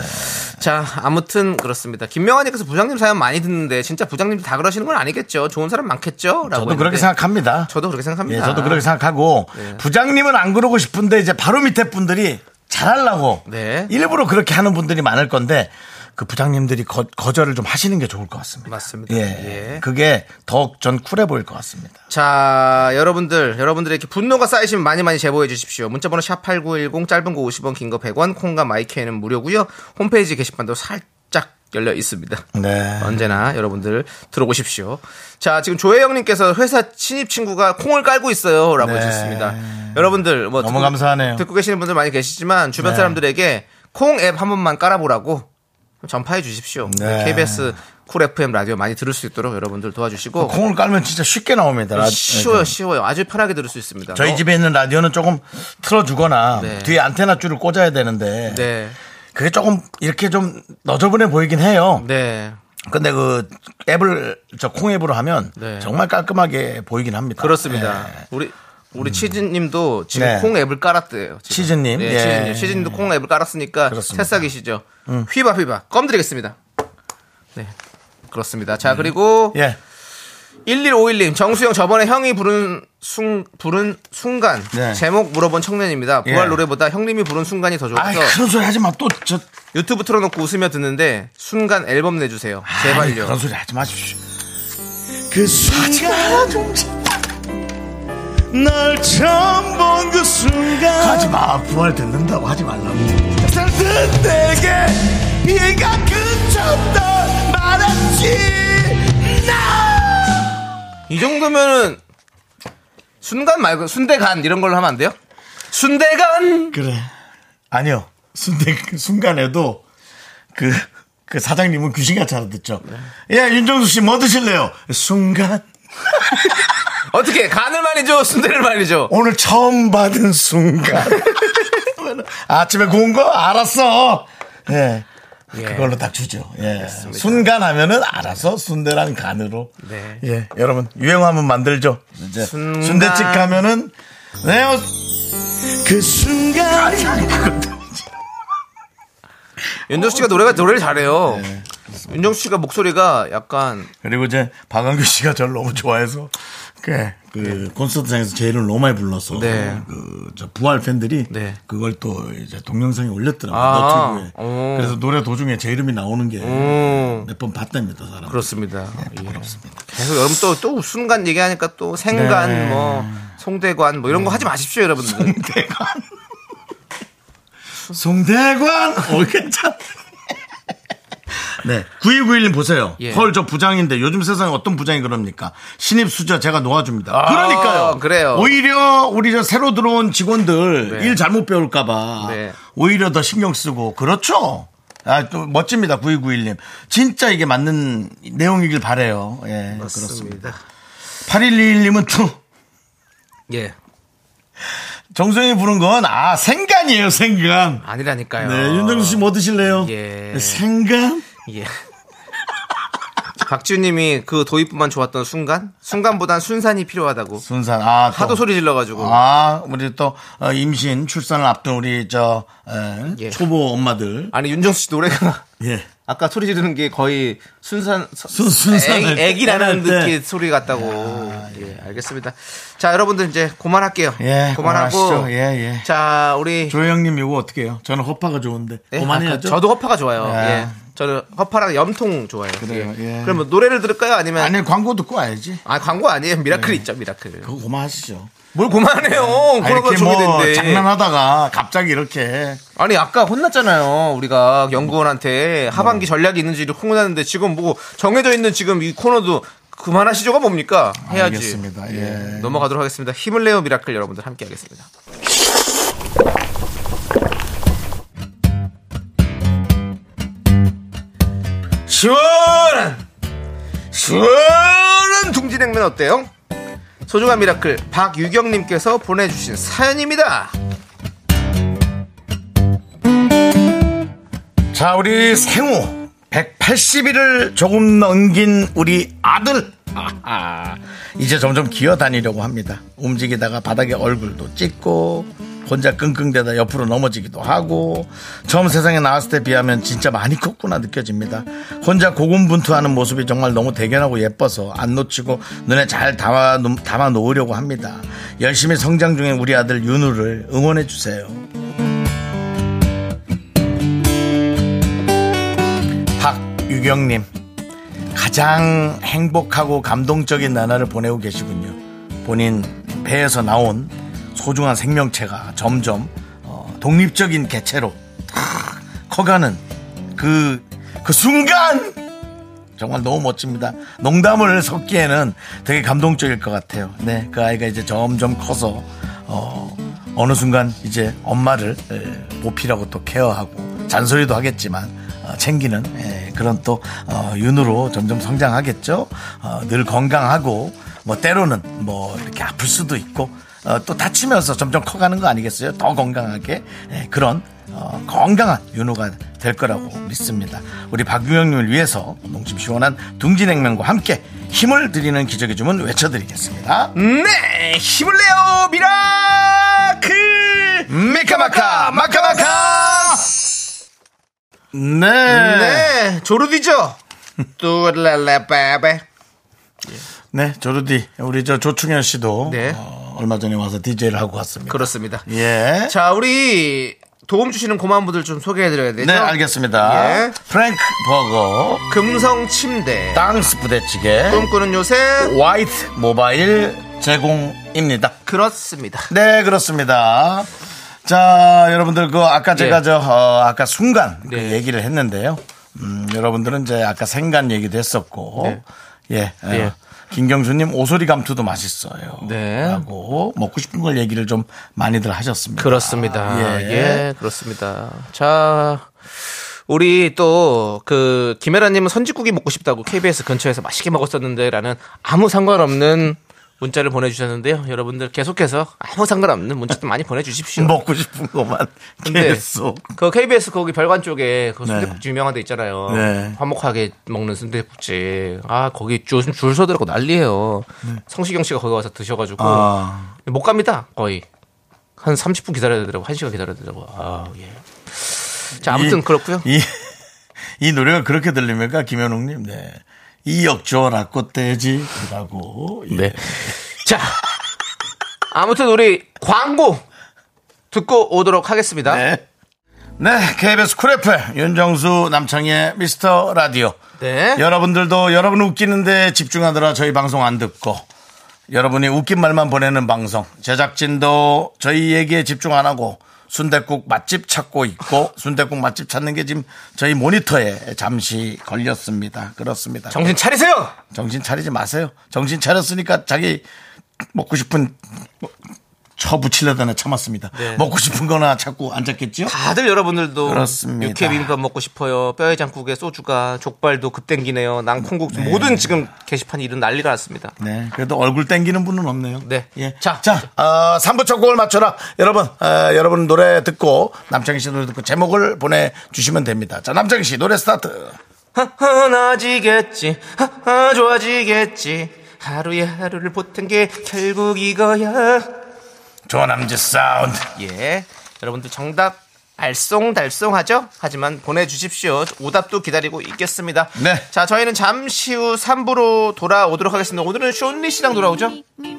자, 아무튼 그렇습니다. 김명환님께서 부장님 사연 많이 듣는데 진짜 부장님도 다 그러시는 건 아니겠죠? 좋은 사람 많겠죠? 라고.
저도
했는데
그렇게 생각합니다.
저도 그렇게
예,
생각합니다. 네.
저도 그렇게 생각하고 부장님은 안 그러고 싶은데 이제 바로 밑에 분들이 잘하려고
네.
일부러 그렇게 하는 분들이 많을 건데 그 부장님들이 거, 거절을 좀 하시는 게 좋을 것 같습니다.
맞습니다.
예.
예.
그게 더욱 전 쿨해 보일 것 같습니다.
자, 여러분들, 여러분들의 이렇게 분노가 쌓이시면 많이 많이 제보해 주십시오. 문자번호 샵8910, 짧은 거 50원, 긴 거 100원, 콩과 마이크에는 무료고요 홈페이지 게시판도 살짝 열려 있습니다.
네.
언제나 여러분들 들어오십시오. 자, 지금 조혜영님께서 회사 신입 친구가 콩을 깔고 있어요. 라고
네.
해주셨습니다. 여러분들, 뭐.
너무 감사하네요. 네.
듣고 계시는 분들 많이 계시지만 주변 사람들에게 콩 앱 한 번만 깔아보라고 전파해 주십시오.
네.
KBS 쿨 FM 라디오 많이 들을 수 있도록 여러분들 도와주시고.
콩을 깔면 진짜 쉽게 나옵니다. 라-
쉬워요,
네.
쉬워요. 아주 편하게 들을 수 있습니다.
저희
너-
집에 있는 라디오는 조금 틀어주거나
네.
뒤에 안테나 줄을 꽂아야 되는데
네.
그게 조금 이렇게 좀 너저분해 보이긴 해요.
네.
근데 그 앱을 저 콩앱으로 하면
네.
정말 깔끔하게 보이긴 합니다.
그렇습니다.
예.
우리 우리 치즈님도 지금
네.
콩 앱을 깔았대요. 지금.
치즈님?
예,
예.
치즈님. 치즈님도 콩 앱을 깔았으니까
그렇습니다. 음.
새싹이시죠. 휘바 휘바 껌드리겠습니다. 네, 그렇습니다. 자 그리고
예.
1151님 정수영 저번에 형이 부른 순 부른 순간
네.
제목 물어본 청년입니다. 부활
예.
노래보다 형님이 부른 순간이 더 좋아서
아이, 그런 소리 하지 마. 또, 저,
유튜브 틀어놓고 웃으며 듣는데 순간 앨범 내주세요.
아이,
제발요.
그런 소리 하지 마십시오.
그 순간 날 처음 본 그 순간
하지 마. 부활 듣는다고 하지 말라고.
살듯 내게 비가 그쳤다 말았지 나
이 정도면은 순간 말고 순대간 이런 걸로 하면 안 돼요? 순대간
그래. 아니요. 순대, 그 순간에도 그, 그 사장님은 귀신같이 알아듣죠. 예, 윤정수 씨 뭐 드실래요? 순간.
어떻게 간을 많이 줘 순대를 많이 줘
오늘 처음 받은 순간. 아침에 구운 거 알았어. 예. 그걸로 딱 주죠. 예. 순간 하면은 알아서 순대랑 간으로.
네.
예. 여러분, 유행어 한번 만들죠. 이제
순간.
순대집 가면은, 네, 어,
그 순간
윤정수 씨가 노래가 노래를 잘해요
네.
윤정수 씨가 목소리가 약간
그리고 이제 박완규 씨가 저를 너무 좋아해서 그, 그 콘서트장에서 제 이름을 너무 많이 불러서
네.
그저 부활 팬들이
네.
그걸 또 이제 동영상에 올렸더라고요.
아,
너튜브에.
오.
그래서 노래 도중에 제 이름이 나오는 게 몇 번
음,
봤답니다, 사람.
그렇습니다
네,
예. 계속 여러분 또 또 순간 얘기하니까 또 생간
네.
뭐 송대관 뭐 이런 거 하지 마십시오 여러분들
송대관. 송대관. 어, 괜찮네. 네. 9291님 보세요.
예.
헐, 저 부장인데 요즘 세상에 어떤 부장이 그럽니까? 신입 수저 제가 놓아줍니다. 그러니까요.
그래요.
오히려 우리 저 새로 들어온 직원들
네.
일 잘못 배울까봐
네.
오히려 더 신경 쓰고 그렇죠. 아, 또 멋집니다. 9291님. 진짜 이게 맞는 내용이길 바래요 예, 그렇습니다. 8121님은 투.
예
정성이 부른 건, 아, 생간이에요, 생간.
아니라니까요
네, 윤정수 씨 뭐 드실래요?
어. 예.
생간?
예. 박지훈님이 그 도입부만 좋았던 순간 순간보단 순산이 필요하다고
순산, 아. 또.
하도 소리 질러가지고
아, 우리 또, 어, 임신, 출산을 앞둔 우리, 저, 에,
예.
초보 엄마들.
아니 윤정수 씨 노래가 [LAUGHS]
예.
아까 소리 지르는 게 거의 순산
순- 순산을 네.
애기, 애기라는
때릴 때.
느낌 소리 같다고 예 알겠습니다 자 여러분들 이제 그만할게요
예,
그만하고
그만하시죠. 예, 예.
자 우리
조영님 이거 어떻게 해요? 저는 허파가 좋은데.
예, 아까
그만해야죠.
저도 허파가 좋아요
예.
예. 저는 허파랑 염통 좋아해요
그래요, 예.
그럼 뭐 노래를 들을까요 아니면
아니, 광고 듣고 와야지.
아, 광고 아니에요 미라클 있죠 미라클
그거 고마하시죠.
뭘 그만해요
아,
어, 코로나
이렇게 뭐,
종료된데.
장난하다가 갑자기 이렇게.
아니 아까 혼났잖아요 우리가 연구원한테 하반기
네.
전략이 있는지를 혼났는데 지금 뭐 정해져 있는 지금 이 코너도 그만하시죠가 뭡니까 해야지
알겠습니다. 예.
넘어가도록 하겠습니다 힘을 내요 미라클 여러분들 함께 하겠습니다 시원한 시원한 둥지냉면 어때요? 소중한 미라클 박유경님께서 보내주신 사연입니다
자, 우리 생후 180일을 조금 넘긴 우리 아들. 아하. 이제 점점 기어 다니려고 합니다. 움직이다가 바닥에 얼굴도 찍고, 혼자 끙끙대다 옆으로 넘어지기도 하고, 처음 세상에 나왔을 때 비하면 진짜 많이 컸구나 느껴집니다. 혼자 고군분투하는 모습이 정말 너무 대견하고 예뻐서 안 놓치고 눈에 잘 담아, 담아 놓으려고 합니다. 열심히 성장 중인 우리 아들 윤우를 응원해주세요. 박유경님 가장 행복하고 감동적인 나날을 보내고 계시군요. 본인 배에서 나온 소중한 생명체가 점점 어, 독립적인 개체로 탁 커가는 그, 그 순간! 정말 너무 멋집니다. 농담을 섞기에는 되게 감동적일 것 같아요. 네, 그 아이가 이제 점점 커서 어, 어느 순간 이제 엄마를 에, 보필하고 또 케어하고 잔소리도 하겠지만 어, 챙기는 예, 그런 또 어, 윤으로 점점 성장하겠죠. 어, 늘 건강하고 뭐 때로는 뭐 이렇게 아플 수도 있고 어, 또 다치면서 점점 커가는 거 아니겠어요? 더 건강하게 예, 그런 어, 건강한 윤호가 될 거라고 믿습니다. 우리 박유영님을 위해서 농심 시원한 둥지냉면과 함께 힘을 드리는 기적의 주문 외쳐드리겠습니다.
네 힘을 내요 미라클
미카마카 마카마카 네.
네 [LAUGHS] 조르디죠 뚜랄라빠베
네, 조르디. 우리 저 조충현 씨도
네.
어, 얼마 전에 와서 DJ를 하고 왔습니다.
그렇습니다
예.
자 우리 도움 주시는 고마운 분들 좀 소개해드려야 되죠
네, 알겠습니다.
예.
프랭크 버거,
금성 침대
땅스 부대찌개,
꿈꾸는 요새
화이트 모바일 제공입니다.
그렇습니다
네, 그렇습니다. 자, 여러분들 그 아까 제가
예.
저 어, 아까 순간 그
네.
얘기를 했는데요. 음, 여러분들은 이제 아까 생간 얘기도 했었고, 예, 어,
네. 예.
김경수님 오소리 감투도 맛있어요.
네.
라고 먹고 싶은 걸 얘기를 좀 많이들 하셨습니다.
그렇습니다.
예.
예. 그렇습니다. 자, 우리 또 그 김혜라님은 선지국이 먹고 싶다고 KBS 근처에서 맛있게 먹었었는데라는 아무 상관없는 문자를 보내주셨는데요. 여러분들 계속해서 아무 상관없는 문자도 많이 보내주십시오.
먹고 싶은 것만
근데
계속.
그 KBS 거기 별관 쪽에 그
네.
순대국집 유명한 데 있잖아요.
네.
화목하게 먹는 순대국집. 아 거기 요즘 줄 서더라고 난리예요. 성시경 씨가 거기 와서 드셔가지고
네. 아.
못 갑니다 거의 한 30분 기다려야 되더라고 1 시간 기다려야 되더라고. 아 예. 자 아무튼
이-
그렇고요.
이, 이 노래가 그렇게 들립니까? 김현웅님, 네. 이 역조 라꼬떼지. 라고. 예.
네. 자 아무튼 우리 광고 듣고 오도록 하겠습니다.
네. 네, KBS 쿨 FM 윤정수 남창의 미스터 라디오.
네.
여러분들도 여러분 웃기는데 집중하느라 저희 방송 안 듣고 여러분이 웃긴 말만 보내는 방송. 제작진도 저희 얘기에 집중 안 하고 순댓국 맛집 찾고 있고 순댓국 맛집 찾는 게 지금 저희 모니터에 잠시 걸렸습니다. 그렇습니다.
정신 차리세요.
정신 차리지 마세요. 정신 차렸으니까 자기 먹고 싶은 뭐, 쳐 붙이려다나 참았습니다.
네.
먹고 싶은 거나 자꾸 안 잡겠죠?
다들 여러분들도
그렇습니다.
육회 비빔밥 먹고 싶어요. 뼈해 장국에 소주가 족발도 급땡기네요. 낭콩국 수 모든 지금 게시판 이름 난리가 났습니다.
네. 그래도 얼굴 땡기는 분은 없네요.
네.
예. 자,
자.
자, 어, 3부 첫 곡을 맞춰라. 여러분, 어, 여러분 노래 듣고 남창희 씨 노래 듣고 제목을 보내주시면 됩니다. 자, 남창희 씨 노래 스타트.
하하 나아지겠지. 하하 좋아지겠지. 하루의 하루를 보탠 게 결국 이거야.
조남지 사운드.
예. 여러분들 정답 알쏭달쏭하죠? 하지만 보내주십시오. 오답도 기다리고 있겠습니다.
네.
자, 저희는 잠시 후 3부로 돌아오도록 하겠습니다. 오늘은 쇼니 씨랑 돌아오죠?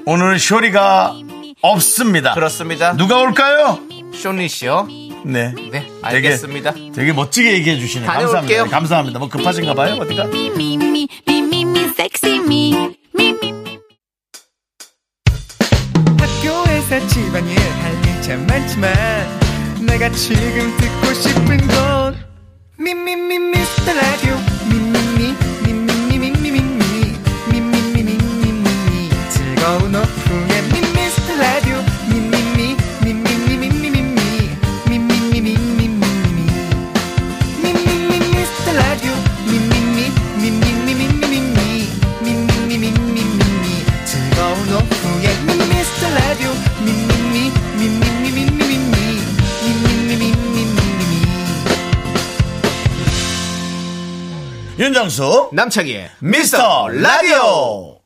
오늘 쇼리가 없습니다.
그렇습니다.
아. 누가 올까요?
쇼니 씨요.
네.
네, 알겠습니다.
되게, 되게 멋지게 얘기해 주시네요.
다녀올게요.
감사합니다. 감사합니다. 뭐 급하신가 봐요. 어디가?
미미미미미미 섹시 미미미
학교에서 집안일 할 일 참 많지만 내가 지금 듣고 싶은 건 미미미 미스터 라디오 미미미 미미미 미미미 미미미 미미미 즐거운 오후에 미스터 라디오 미미미 미미미 미미미 미미미 미미미
윤정수
남창희의
미스터 라디오.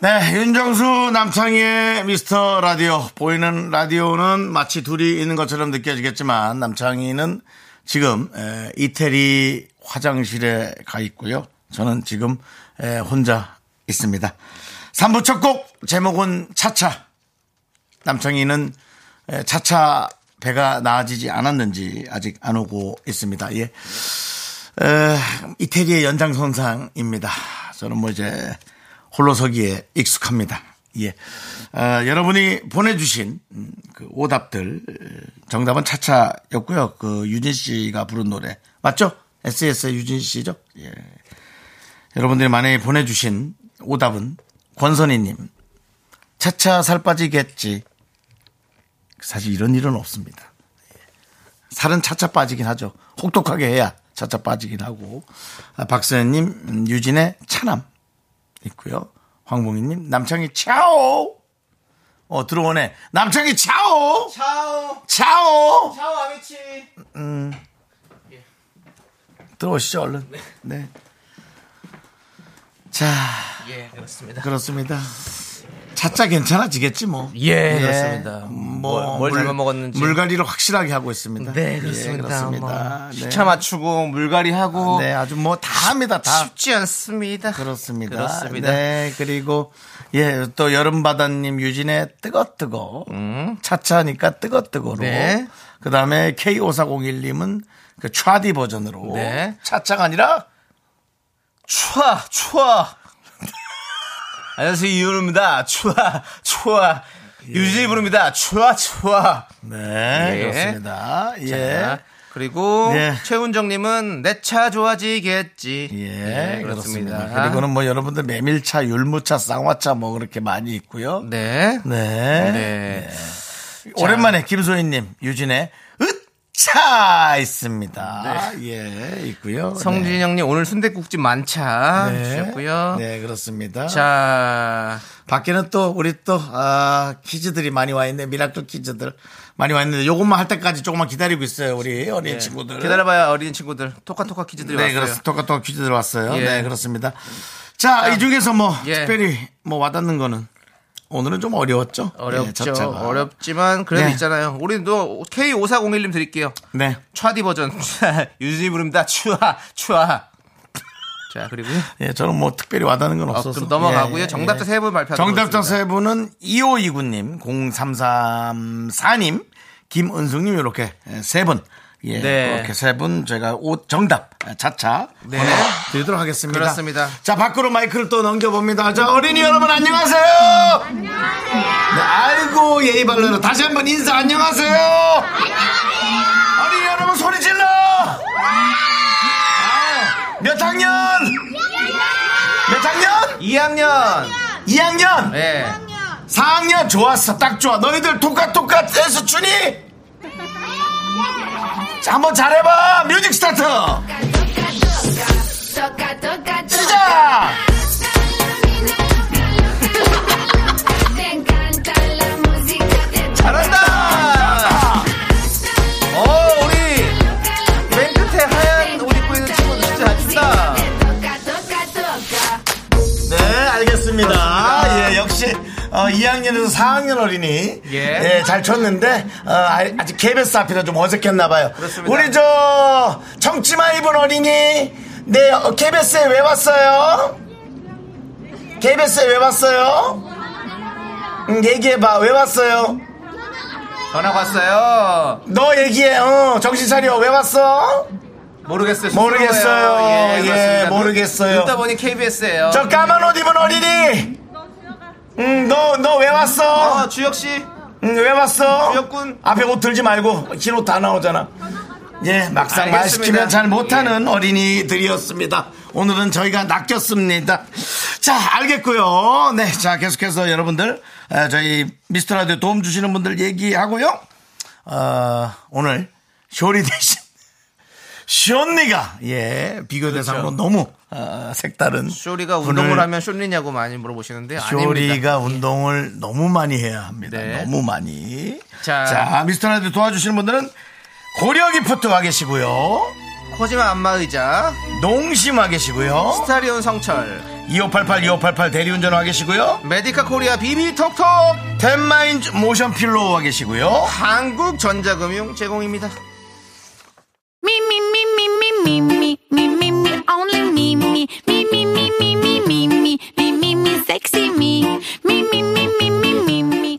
네, 윤정수 남창희의 미스터 라디오. 보이는 라디오는 마치 둘이 있는 것처럼 느껴지겠지만 남창희는 지금 에, 이태리 화장실에 가 있고요. 저는 지금 에, 혼자 있습니다. 3부 첫 곡 제목은 차차. 남창희는 에, 차차 배가 나아지지 않았는지 아직 안 오고 있습니다. 예. 에, 이태리의 연장선상입니다. 저는 뭐 이제 홀로서기에 익숙합니다. 예. 어, 여러분이 보내주신 음, 그 오답들 정답은 차차였고요. 그 유진 씨가 부른 노래 맞죠? S.S.의 유진 씨죠? 예. 여러분들이 많이 보내주신 오답은 권선희님 차차 살 빠지겠지. 사실 이런 일은 없습니다. 살은 차차 빠지긴 하죠. 혹독하게 해야 차차 빠지긴 하고. 아, 박서연님, 음, 유진의 차남 있고요. 황봉희님, 남창희 차오! 어, 들어오네. 남창이 차오!
차오
차오!
차오 아미치
들어오시죠, 얼른. 네. 자,
예 그렇습니다
그렇습니다. 차차 괜찮아지겠지, 뭐.
예, 그렇습니다
뭐,
뭘
물-
잘못 먹었는지
물갈이로 확실하게 하고 있습니다.
네 그렇습니다,
예, 그렇습니다.
뭐
네.
시차 맞추고 물갈이 하고
네, 아주 뭐 다 합니다. 다
쉽지 않습니다
그렇습니다.
그렇습니다.
네, 그리고 예, 또 여름바다님 유진의 뜨거뜨거 차차니까 뜨거뜨거로.
음. 네.
그다음에 K5401님은 그 차디 버전으로
네.
차차가 아니라
추아 추아 [LAUGHS] 안녕하세요 이윤우입니다 추아 추아 유진이 부릅니다 추아 추아
네,
예.
그렇습니다. 예.
자, 네. 그리고
예.
최훈정님은 내 차 좋아지겠지.
예,
네,
그렇습니다. 그리고는 뭐 여러분들 메밀차, 율무차, 쌍화차 뭐 그렇게 많이 있고요.
네.
네.
네.
오랜만에 김소희님 유진의 으차 있습니다. 예, 있고요. 네.
네. 성진영님 오늘 순대국집 만차 주셨고요.
네, 그렇습니다. 자,
자,
밖에는 또 우리 또 아, 키즈들이 많이 와 있네. 미라클 키즈들 많이 와 있는데 요것만 할 때까지 조금만 기다리고 있어요. 우리 어린 친구들.
네. 기다려봐야 어린 친구들 토카토카 퀴즈들이
네,
왔어요.
그렇습니다. 토카토카 퀴즈 들어왔어요.
예.
네, 그렇습니다. 자, 이 중에서 뭐
예.
특별히 뭐 와닿는 거는 오늘은 좀 어려웠죠. 예,
어렵죠.
자체가.
어렵지만 그래도
네.
있잖아요. 우리도 K5401님 드릴게요.
네.
차디 버전 [LAUGHS] 유진이 부릅니다. 추아 추아. 자 그리고
예, 저는 뭐 특별히 와닿는 건 없어서. 예,
좀 넘어가고요. 정답자 세 분 발표하도록
정답자
하겠습니다.
세 분은 2529님, 0334님, 김은숙님, 이렇게 세 분. 예,
네.
이렇게 세 분 제가 옷 정답 차차
네.
드리도록 하겠습니다.
그렇습니다.
자 밖으로 마이크를 또 넘겨봅니다. 자 어린이 여러분 안녕하세요. 안녕하세요. 아이고 예의 발라라 다시 한번 인사 안녕하세요. 안녕하세요. 어린이 여러분 소리 질러. 아유, 몇 학년? 몇 학년?
2학년.
2학년.
예.
4학년 좋았어 딱 좋아 너희들 똑같똑같해서 주니 자 한번 잘해봐 뮤직 스타트 시작
잘한다. 어 우리 맨 끝에 하얀 옷 입고 있는 친구들 진짜 잘 춘다.
네 알겠습니다 예 역시 어, 2학년에서 4학년 어린이
예.
예, 잘 쳤는데 어, 아- 아직 KBS 앞이라 좀 어색했나봐요
그렇습니다.
우리 저 청치마 입은 어린이 네 어, KBS에 왜 왔어요? KBS에 왜 왔어요? 응, 얘기해봐 왜 왔어요?
전화 왔어요.
너 얘기해. 어, 정신 차려. 왜 왔어?
모르겠어요.
모르겠어요.
쑥스러워요.
예,
그렇습니다.
모르겠어요.
듣다 보니 KBS예요.
저 까만 옷 입은 어린이. 응, 너, 너 왜 왔어?
어, 주혁 씨.
응, 음, 왜 왔어?
주혁군.
앞에 옷 들지 말고, 긴 옷 다 나오잖아. 예, 막상
알겠습니다. 예.
말 시키면 잘 못하는 어린이들이었습니다. 오늘은 저희가 낚였습니다. 자, 알겠고요. 네, 자, 계속해서 여러분들, 에, 저희 미스터 라디오 도움 주시는 분들 얘기하고요. 어, 오늘 쇼리 대신 [LAUGHS] 쇼언니가 예 비교 대상으로 너무 어, 색다른
그렇죠. 쇼리가
분을
운동을 하면 쇼리냐고 많이 물어보시는데 아닙니다. 예.
쇼리가 운동을 너무 많이 해야 합니다.
네.
너무 많이. 자,
자.
미스터라디오 도와주시는 분들은 고려기프트 와 계시고요.
코지마 안마의자,
농심 와 계시고요.
스타리온 성철,
2588, 2588 대리운전 와 계시고요.
메디카 코리아 비비톡톡,
텐마인즈 모션 필로우 와 계시고요.
한국전자금융 제공입니다.
Me, me, me, me, me, me, me, me, me, me, only me, me, me, me, me, me, me, me, me, me, me, me, sexy me, me, me, me, me, me, me, me.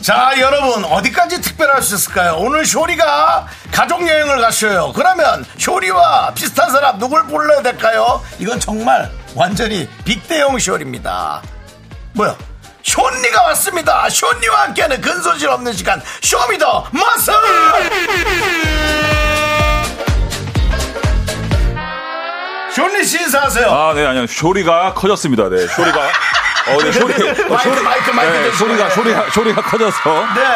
자, 여러분, 어디까지 특별할 수 있을까요? 오늘 쇼리가 가족여행을 가셔요. 그러면 쇼리와 비슷한 사람 누굴 불러야 될까요? 이건 정말 완전히 빅대형 쇼리입니다. 뭐야? 쇼니가 왔습니다. 쇼니와 함께하는 근손실 없는 시간, 쇼미더 마스! 쇼니 씨 인사하세요.
아, 네, 아니요. 쇼리가 커졌습니다. 네, 쇼리가. 어,
[LAUGHS]
네, 쇼리. 어,
마이크,
쇼리.
마이크, 마이크
네,
대신.
쇼리가, 쇼리가, 쇼리가 커져서.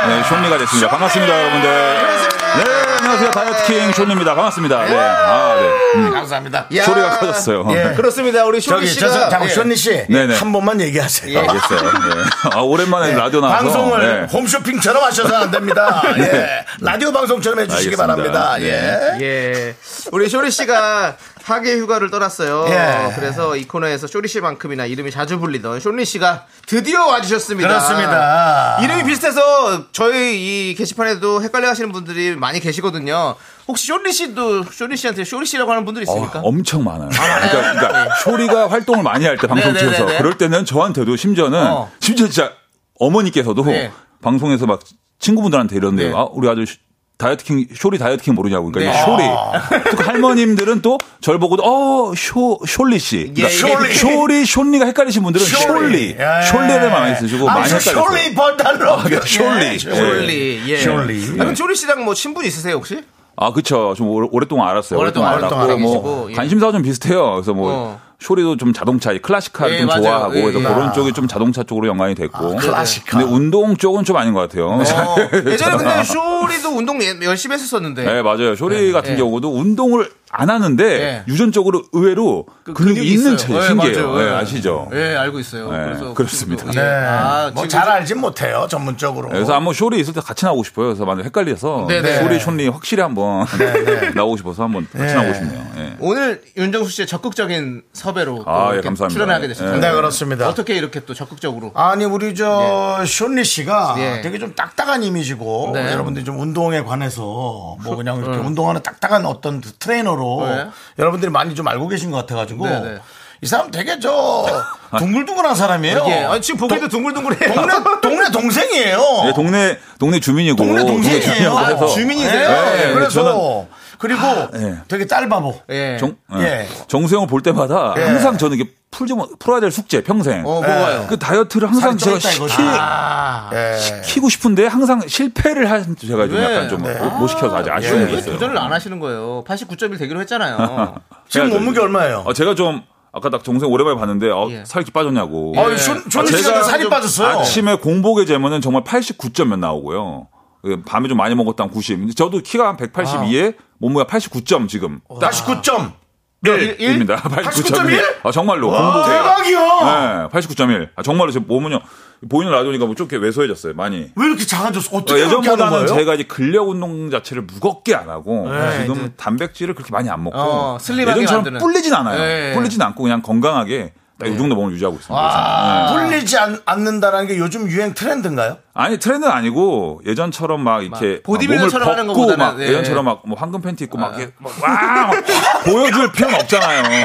네.
네. 쇼리가 됐습니다.
쇼리!
반갑습니다, 여러분들.
반갑습니다.
네, 안녕하세요. 다이어트킹 쇼리입니다. 반갑습니다. 네. 아, 네.
네, 감사합니다.
야.
쇼리가 커졌어요.
예.
네.
그렇습니다. 우리 쇼리
저기, 저, 저,
씨가
잠깐,
예.
쇼니 씨.
네네.
한 번만 얘기하세요. 예.
알겠어요. 네. 아, 오랜만에 라디오 나와서.
방송을
네.
홈쇼핑처럼 하셔서 안
[LAUGHS]
됩니다. 예. 라디오 방송처럼 해주시기
알겠습니다. 네.
바랍니다. 예.
예. 우리 쇼리 씨가 하계 휴가를 떠났어요.
예.
그래서 이 코너에서 쇼리 씨만큼이나 이름이 자주 불리던 쇼리 씨가 드디어 와주셨습니다.
그렇습니다.
이름이 비슷해서 저희 이 게시판에도 헷갈려 하시는 분들이 많이 계시거든요. 혹시 쇼리 씨도 쇼리 씨한테 쇼리 씨라고 하는 분들
어,
있습니까? 네.
엄청 많아요. 그러니까, 그러니까 쇼리가 활동을 많이 할 때 방송
네네네네.
찍어서 그럴 때는 저한테도 심지어는
어.
심지어 진짜 어머니께서도
네.
방송에서 막 친구분들한테 이런데
네.
아, 우리 아들 시- 다이어트킹 쇼리 다이어트킹 모르냐고 그러니까
네.
이 쇼리 또 할머님들은 또 절 보고 어쇼 쇼리 씨 그러니까
예,
예.
쇼리 쇼리가 헷갈리신 분들은
쇼리.
쇼리
예.
쇼리를 많이 쓰시고
아,
많이
쇼-
헷갈렸어요.
쇼리 버달러.
아, 쇼리.
예.
예.
쇼리. 예.
쇼리.
아, 그럼 쇼리 씨랑 뭐 친분 있으세요
[LAUGHS]
혹시?
아, 그쵸. 좀 오래- 오랫동안 알았어요.
오랫동안 알았고,
뭐,
예.
관심사가 좀 비슷해요. 그래서 뭐,
어.
쇼리도 좀 자동차, 이 클래식카를
예,
좀
맞아요.
좋아하고,
예,
그래서
예.
그런 쪽이 좀 자동차 쪽으로 연관이 됐고.
클래식카.
예. 근데 운동 쪽은 좀 아닌 것 같아요.
어.
[LAUGHS]
예전에 근데 쇼리도 운동 예- 열심히 했었었는데.
네, 맞아요. 쇼리 같은
예.
경우도 운동을 안 하는데,
예.
유전적으로 의외로 근육이 있는 체질,
그 예,
신기해요.
맞아요.
예, 아시죠?
예, 알고 있어요.
예,
그래서
그렇습니다.
그분도, 예.
아,
아, 지금
뭐잘 알진 못해요, 전문적으로.
그래서 한번 쇼리 있을 때 같이 나오고 싶어요. 그래서 많이 헷갈려서
네네. 네,
쇼리, 쇼리 확실히 한번 [LAUGHS] 나오고 싶어서 한번 같이
예.
나오고 싶네요. 예.
오늘 윤정수 씨의 적극적인 섭외로 또
아, 예,
이렇게
감사합니다.
출연하게
예.
되셨습니다.
네, 그렇습니다.
어떻게 이렇게 또 적극적으로?
아니 우리 저 쇼리 씨가
네.
되게 좀 딱딱한 이미지고
네. 음.
여러분들이 좀 운동에 관해서 뭐 그냥 이렇게 운동하는 딱딱한 어떤 그 트레이너로
네.
여러분들이 많이 좀 알고 계신 것 같아가지고
네, 네.
이 사람 되게 저 둥글둥글한 사람이에요.
예. 아니, 지금 보기에도 둥글둥글해요.
동네 동네 동생이에요.
예, 동네 동네 주민이고
어. 동네 동생이에요.
주민이고 해서
아, 주민이세요?
예, 예,
그래서
저는-
그리고
예. 되게
되게 딸바보.
예.
정, 예.
예.
정수영을 볼 때마다
예.
항상 저는 이게 풀좀 풀어야 될 숙제 평생.
어, 뭐가요?
그 다이어트를 항상
살이
제가
쪄있다
시키,
이거지. 아, 예. 네.
고 싶은데 항상 실패를 한 제가 좀
왜?
약간 좀 못 시켜서 아직 아쉬운
예.
게
왜
있어요.
도전을 안 하시는 거예요? 89.1 되기로
[LAUGHS]
했잖아요.
지금
해야죠.
몸무게 얼마예요?
아, 제가 좀 아까 딱 정수영 오랜만에 봤는데 어,
예.
살이 이렇게 빠졌냐고.
아, 쇼리
아,
씨가
제가
살이
좀
빠졌어요.
아침에 공복에 재면은 정말 89점 몇 나오고요. 예, 밤에 좀 많이 먹었다면 90. 근데 저도 키가 한 182에
아.
몸무게가 89점 지금.
나 19점.
1, 네, 입니다 [LAUGHS] 89.1? 아, 정말로. 공복에.
대박이야.
네, 89.1. 아, 정말로 제 몸은요. 보이는 라디오니까 뭐 좁게 왜소해졌어요, 많이.
왜 이렇게 작아졌어?
어,
어떻게 그렇게 하는
예전보다는
거예요? 네,
제가 이제 근력 운동 자체를 무겁게 안 하고 지금 단백질을 그렇게 많이 안 먹고
어, 슬림하게
예전처럼
만드는.
뿔리진 않아요.
네.
예, 예.
뿔리진 않고 그냥 건강하게 딱 이 정도 몸을 유지하고 있습니다.
아,
네.
풀리지 않, 않는다라는 게 요즘 유행 트렌드인가요?
아니 트렌드는 아니고 예전처럼 막 이렇게
보디빌더처럼 하는
벗고
것보다는, 아.
막
예.
예전처럼 막 뭐 황금 팬티 입고 막 이렇게 막와 보여줄 필요는 없잖아요.
네.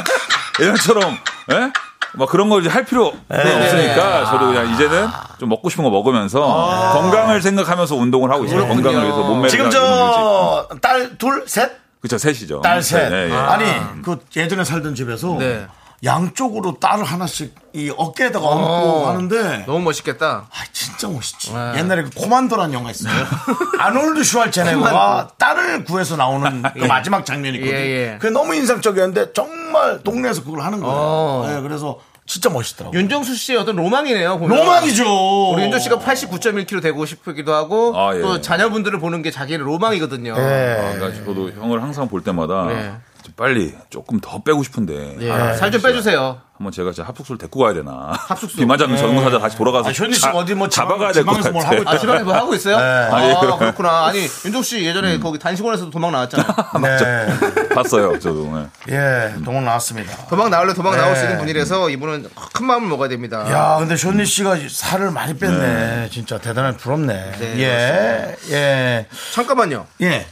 [LAUGHS] 예전처럼 예? 막 그런 걸 이제 할 필요
네,
없으니까
아.
저도 그냥 이제는 좀 먹고 싶은 거 먹으면서 건강을 생각하면서 운동을 하고 있어요. 건강을 위해서 몸매를
지금 저 딸 둘 셋?
그쵸 셋이죠.
딸 셋.
네, 예.
아니, 그 예전에 살던 집에서
네.
양쪽으로 딸을 하나씩 이 어깨에다가 얹고 하는데
너무 멋있겠다.
아, 진짜 멋있지.
네.
옛날에 그 코만도란 영화 있어요. [LAUGHS] 아놀드 슈왈체네거가 딸을 구해서
[LAUGHS]
나오는 그 마지막 장면이거든요.
예, 예.
그게 너무 인상적이었는데 정말 동네에서 그걸 하는 거예요.
어.
예, 그래서 진짜 멋있더라고요.
윤정수 씨의 어떤 로망이네요. 보면.
로망이죠.
우리 윤정 씨가 89.1kg 되고 싶기도 하고
아, 예.
또 자녀분들을 보는 게 자기의 로망이거든요.
예.
그러니까 저도 형을 항상 볼 때마다
네.
좀 빨리 조금 더 빼고 싶은데
예. 살 좀 빼주세요.
한번 제가 진짜 합숙소를 데리고 가야 되나. 합숙소. [LAUGHS] 비만장 전문사자 다시 돌아가서
아, 현지 씨가
자-
어디 뭐 지방-
잡아가야 될 것
지방에서
같아.
뭘 하고 있다.
아, 지방에 뭐 하고 있어요? 아,
예, 음. 그럼.
그렇구나. 아니, 윤종 씨 예전에 거기 단식원에서도 도망 나왔잖아요.
네.
봤어요, 저도. 네.
예, 동원 나왔습니다.
도망 나올래 도망
네.
나올 수 있는 분이라서 이분은 큰 마음을 먹어야 됩니다.
야, 근데 쇼니 씨가 살을 많이 뺐네. 진짜 대단히 부럽네.
네,
예, 예,
잠깐만요.
예.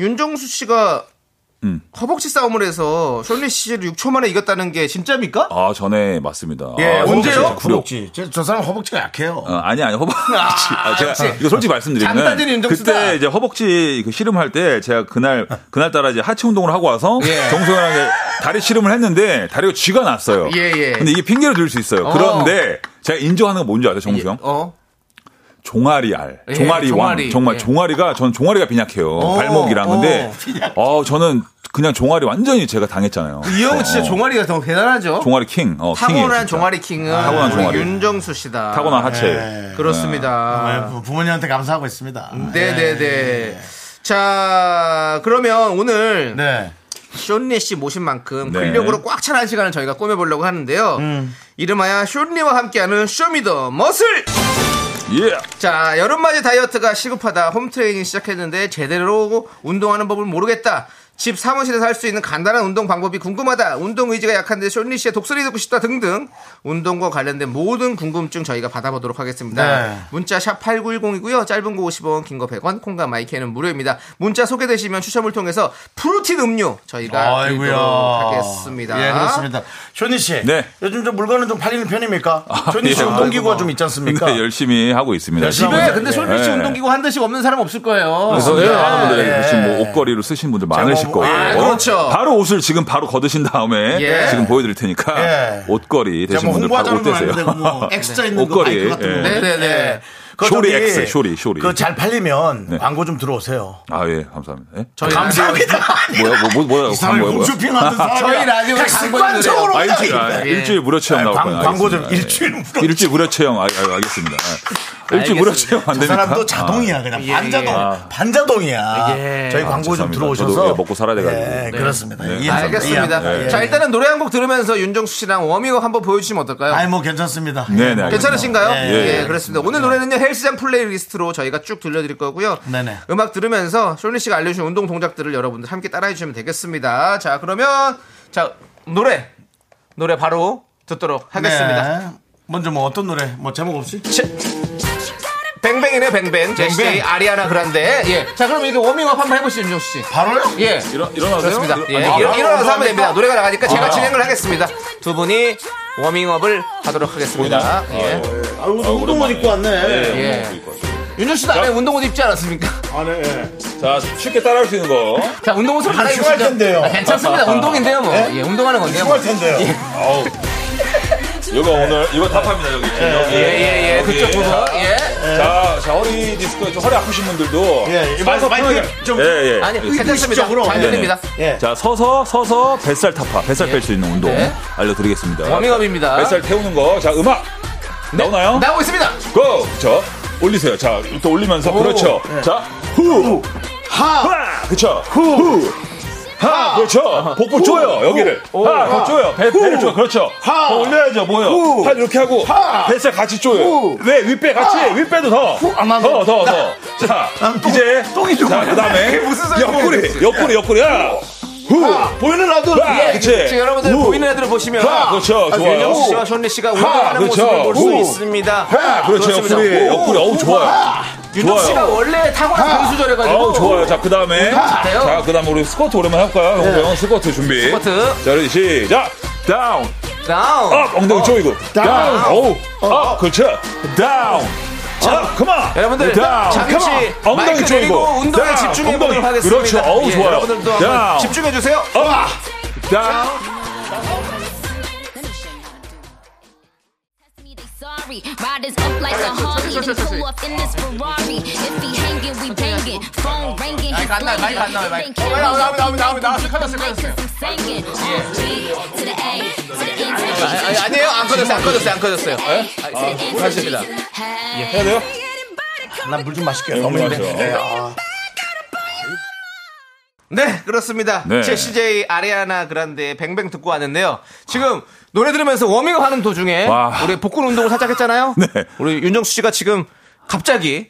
윤정수 씨가
음.
허벅지 싸움을 해서 쇼리 씨를 6초 만에 이겼다는 게 진짜입니까?
아, 전에 맞습니다.
예,
아,
언제요?
허벅지, 굴욕.
허벅지. 저, 저 사람 허벅지가 약해요.
어, 아니 아니 허벅지 아, 제가
역시.
이거 솔직히 말씀드리면
장단지는 윤정수다.
그때 이제 허벅지 그 씨름할 때 제가 그날 그날 따라 이제 하체 운동을 하고 와서
예.
정소연하게 다리 씨름을 했는데 다리가 쥐가 났어요.
예, 예.
근데 이게 핑계를 들 수 있어요.
어.
그런데 제가 인정하는 건 뭔지 아세요, 정수 형?
어?
종아리 알,
예,
종아리 왕,
종아리,
정말
예.
종아리가 저는 종아리가 빈약해요
어,
발목이랑 근데
어,
어 저는 그냥 종아리 완전히 제가 당했잖아요.
그
이 형은 진짜
어,
종아리가 더 대단하죠?
종아리 킹, 어, 킹이에요,
타고난
진짜.
종아리 킹은
타고난
우리
종아리.
윤정수 씨다.
타고난 하체.
예.
그렇습니다.
부- 부모님한테 감사하고 있습니다.
음,
예.
네네네. 자, 그러면 오늘
네.
쇼니 씨 모신 만큼
네.
근력으로 꽉 찬 한 시간을 저희가 꾸며보려고 하는데요.
음.
이름하여 쇼니와 함께하는 쇼미더 머슬!
예.
자, 여름맞이 다이어트가 시급하다. 홈트레이닝 시작했는데 제대로 운동하는 법을 모르겠다. 집 사무실에서 할 수 있는 간단한 운동 방법이 궁금하다. 운동 의지가 약한데 쇼니 씨의 독서리 듣고 싶다 등등 운동과 관련된 모든 궁금증 저희가 받아보도록 하겠습니다.
네.
문자 샵 8910이고요. 짧은 거 50원, 긴 거 100원, 콩과 마이크는 무료입니다. 문자 소개되시면 추첨을 통해서 프로틴 음료 저희가
아이고야.
드리도록 하겠습니다.
예, 그렇습니다. 쇼니 씨.
네.
요즘 저 물건은 좀 팔리는 편입니까? 쇼니 씨
예.
운동기구가 좀 있지 않습니까?
근데 열심히 하고 있습니다.
열심히
집에
하고
네. 근데
예.
쇼니 씨
예.
운동기구 한 대씩 없는 사람 없을 거예요.
그래서 예. 많은
예.
분들이 지금 뭐 옷걸이로 쓰신 분들
뭐,
많으실 거예요.
아,
그렇죠.
바로 옷을 지금 바로 걷으신 다음에
예.
지금 보여드릴 테니까
예.
옷걸이
제가
되신
뭐
분들 바로 옷
홍보하자는 건 아닌데
되세요.
뭐 엑스자 있는 거
옷걸이,
마이크 같은
예.
거.
네네네.
그거
쇼리
저기
X, 쇼리, 쇼리.
그거 잘 팔리면
네.
광고 좀 들어오세요.
[LAUGHS] 아 예, 감사합니다. 예?
저희
감사합니다.
뭐야, 뭐, 뭐, 뭐야,
이상하게
뭐야, 뭐야.
홈쇼핑하던 사람이
저희 라디오에 광고인들이에요.
습관적으로
아,
온다,
일주일, 아,
이게.
일주일 무료 체험
아,
나올
광-
거예요.
광고 좀
알겠습니다.
일주일 무료
예. 일주일 무료 체험. 아, 아, 알겠습니다. 아, 일주일 무료 체험 안
저
됩니까?
그 사람도 자동이야 그냥
예,
반자동
예.
반자동이야.
예.
저희
아,
광고 좀
죄송합니다.
들어오셔서
저도, 예, 먹고 살아야 돼가지고.
예,
네.
그렇습니다.
네,
이해합니다.
알겠습니다.
이해합니다.
자, 일단은 노래 한 곡 들으면서 윤정수 씨랑 워밍업 한번 보여주시면 어떨까요?
아이 뭐 괜찮습니다.
네, 네.
괜찮으신가요?
예,
예,
예,
그렇습니다. 오늘 노래는요, 헬스장 플레이리스트로 저희가 쭉 들려드릴 거고요.
네네.
음악 들으면서 쇼리 씨가 알려주신 운동 동작들을 여러분들 함께 따라해주시면 되겠습니다. 자, 그러면, 자, 노래. 노래 바로 듣도록 하겠습니다.
네. 먼저 뭐 어떤 노래? 뭐 제목 없이?
뱅뱅이네, 뱅뱅. 제시 아리아나 그란데. 예. 자, 그럼 이게 워밍업 한번 해보시죠, 윤정수 씨.
바로요?
예.
일어, 일어나세요.
그렇습니다.
일어-
예,
아,
일어- 일어나서 하면 됩니다. 노래가 나가니까 제가
아.
진행을 하겠습니다. 두 분이 워밍업을 하도록 하겠습니다. 예.
아, 운동만 입고 왔네.
예. 윤정 씨도 안에 운동옷 입지 않았습니까?
아, 네, 예. 자, 쉽게 따라할 수 있는 거.
자, 운동옷을 갈아입고
할 텐데요.
아, 괜찮습니다. 운동인데요, 뭐. 예, 운동하는 건데요. 뭐.
할 텐데요.
이거 오늘, 이거 탑합니다, 여기. 지금 여기.
예, 예, 예.
여기.
그쪽 부분. 예.
자, 자, 허리 디스크, 좀 허리 아프신 분들도.
예, 예.
서서
마이크
편하게.
좀-
예, 예.
아니,
예.
괜찮습니다.
의식적으로.
잘
네, 네.
들립니다.
예.
자, 서서, 서서, 뱃살 타파, 뱃살 뺄 수 있는 운동
네.
알려드리겠습니다.
워밍업입니다.
뱃살 태우는 거. 자, 음악. 나오나요?
나오고 있습니다.
고! 저 올리세요. 자, 또 올리면서 그렇죠. 자, 후! 하! 그렇죠. 후! 하! 그렇죠. 복부 조여 여기를. 하! 더 조여. 배, 배를 조여. 그렇죠. 하! 더 올려야죠. 뭐요? 팔 이렇게 하고 뱃살 같이 조여. 왜 윗배 같이? 윗배도 더. 더, 더, 더. 자, 이제 자, 그다음에 옆구리. 옆구리, 옆구리. 야! 후!
보이는 라디오.
하!
예, 그치.
그렇지.
여러분들
네. 후!
보이는 애들을 보시면
하! 그렇죠. 좋아요.
윤정수 씨와 손리 씨가 운동하는
그렇죠.
모습을 볼 수
후.
있습니다.
하! 그렇죠.
그렇습니다.
옆구리.
오.
옆구리. 어우, 좋아요.
윤정수 씨가 원래 탁월한 분수저래 가지고
어 좋아요. 자, 그 다음에.
잘해요.
자, 그 다음에 우리 스쿼트 오랜만에 할까요? 네. 형 스쿼트 준비.
스쿼트.
자, 그럼 시작. 다운.
다운.
업. 엉덩이 조이고. 어. 다운. 오. 업. 그렇죠. 다운. 자, 그만.
여러분들 잠시
네, 엉덩이
마이크 내리고
조이고.
운동에
다운.
집중해 보도록
엉덩이.
하겠습니다.
그렇죠. 어우,
예,
좋아요. 어.
여러분들도 한번
다운.
집중해 주세요.
업. 다운.
Sorry, riders up like a Harley. Then pull up in this Ferrari. If he hanging, we banging. Phone ringing, he
안 나와요, 마이크 안 나와요, 마이크.
flinging.
어, 나와요, 나와요, 나와요, 나와요, 나와요. 컷났어요, 컷났어요.
I'm singing. B to the A, to the E, to
아,
the G.
아니, 아니에요. 안 꺼졌어요. 안 꺼졌어요. 안 꺼졌어요. 예? 아, 하십니다.
예, 해야 돼요?
아,
나물 좀 마실게요. 너무 힘들어.
네, 그렇습니다.
네.
제 CJ 아리아나 그란데의 뱅뱅 듣고 왔는데요. 지금 노래 들으면서 워밍업 하는 도중에
와.
우리 복근 운동을 살짝 했잖아요.
네.
우리 윤정수 씨가 지금 갑자기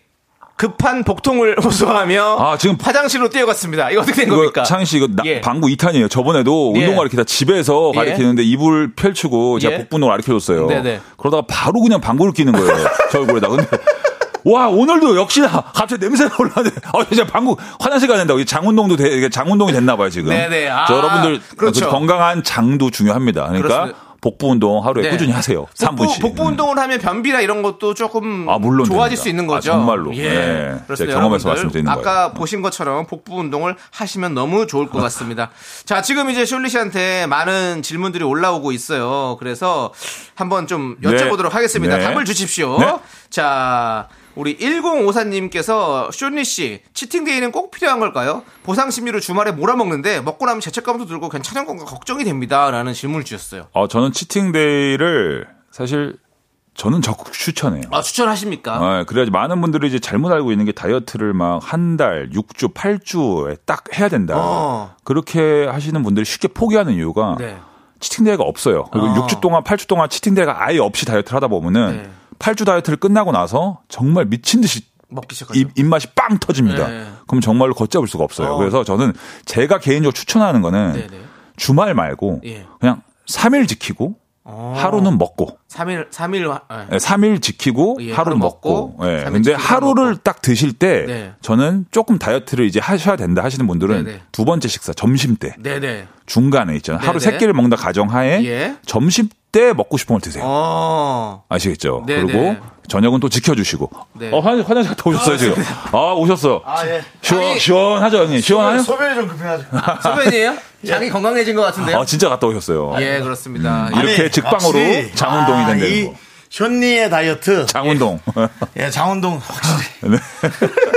급한 복통을 [LAUGHS] 호소하며
아, 지금
화장실로 뛰어갔습니다. 이거 어떻게 된
이거
겁니까?
창희 씨 이거 나-
예.
방구 2탄이에요. 저번에도
예.
운동 가르치다 집에서
예.
가르치는데 이불 펼치고 제가
예.
복부 운동을 가르쳐줬어요.
네네.
그러다가 바로 그냥 방구를 끼는 거예요.
[LAUGHS]
저 얼굴에다. 근데 와 오늘도 역시나 갑자기 냄새가 올라네. 아 진짜 방구 화장실 가야 된다고. 이게 장 운동도 돼- 이게 장 운동이 됐나 봐요 지금.
네네. 아,
저 여러분들
그렇죠.
그 건강한 장도 중요합니다. 그러니까
그렇습니다.
복부 운동 하루에
네.
꾸준히 하세요. 3분씩.
복부, 복부 운동을 하면 변비나 이런 것도 조금
음. 아, 물론
좋아질
됩니다.
수 있는 거죠.
아, 정말로. 예. 제가 경험해서
여러분들,
말씀드리는
아까 보신 것처럼 복부 운동을 하시면 너무 좋을 것 같습니다. 자, 지금 이제 슐리 씨한테 많은 질문들이 올라오고 있어요. 그래서 한번 좀
네.
여쭤보도록 하겠습니다.
네.
답을 주십시오.
네.
자, 우리 1054님께서 슐리 씨 치팅데이는 꼭 필요한 걸까요? 보상 심리로 주말에 몰아먹는데 먹고 나면 죄책감도 들고 괜찮은 건가 걱정이 됩니다라는 질문을 주셨어요.
어, 저는 치팅데이를 사실 저는 적극 추천해요.
아, 추천하십니까?
예, 그래야지 많은 분들이 이제 잘못 알고 있는 게 다이어트를 막 한 달, 6주, 8주에 딱 해야 된다.
어.
그렇게 하시는 분들이 쉽게 포기하는 이유가
네.
치팅데이가 없어요. 그리고
어.
6주 동안, 8주 동안 치팅데이가 아예 없이 다이어트를 하다 보면은
네.
8주 다이어트를 끝나고 나서 정말 미친 듯이
먹기 시작하죠.
입, 입맛이 빵 터집니다.
네.
그럼 정말로 걷잡을 수가 없어요.
어.
그래서 저는 제가 개인적으로 추천하는 거는
네, 네.
주말 말고
예. 어.
그냥 3일 지키고 하루는 먹고 네,
3일, 3일. 와- 예.
3일 지키고
예,
하루
하루
먹고.
먹고,
예.
삼일
근데
지키고 하루
하루를
먹고.
딱 드실 때
네.
저는 조금 다이어트를 이제 하셔야 된다 하시는 분들은
네네.
두 번째 식사 점심 때
네네.
중간에 있잖아요. 하루
네네.
세 끼를 먹는다 가정하에
예.
점심 때 먹고 싶은 걸 드세요.
어.
아시겠죠?
네네.
그리고 저녁은 또 지켜주시고.
네.
어, 화장실, 화장실 갔다 오셨어요, 지금. 아, 오셨어.
아, 예.
시원, 시원하죠, 형님? 시원하요?
소변이 좀 급해가지고.
소변이에요? 장이 건강해진 것 같은데요?
예. 아, 진짜 갔다 오셨어요.
예, 그렇습니다.
음. 이렇게 즉방으로
확실히.
장운동이
아,
된다는
이
거.
현니의 다이어트.
장운동.
예, 장운동 확실히.
[LAUGHS] 네.
[LAUGHS]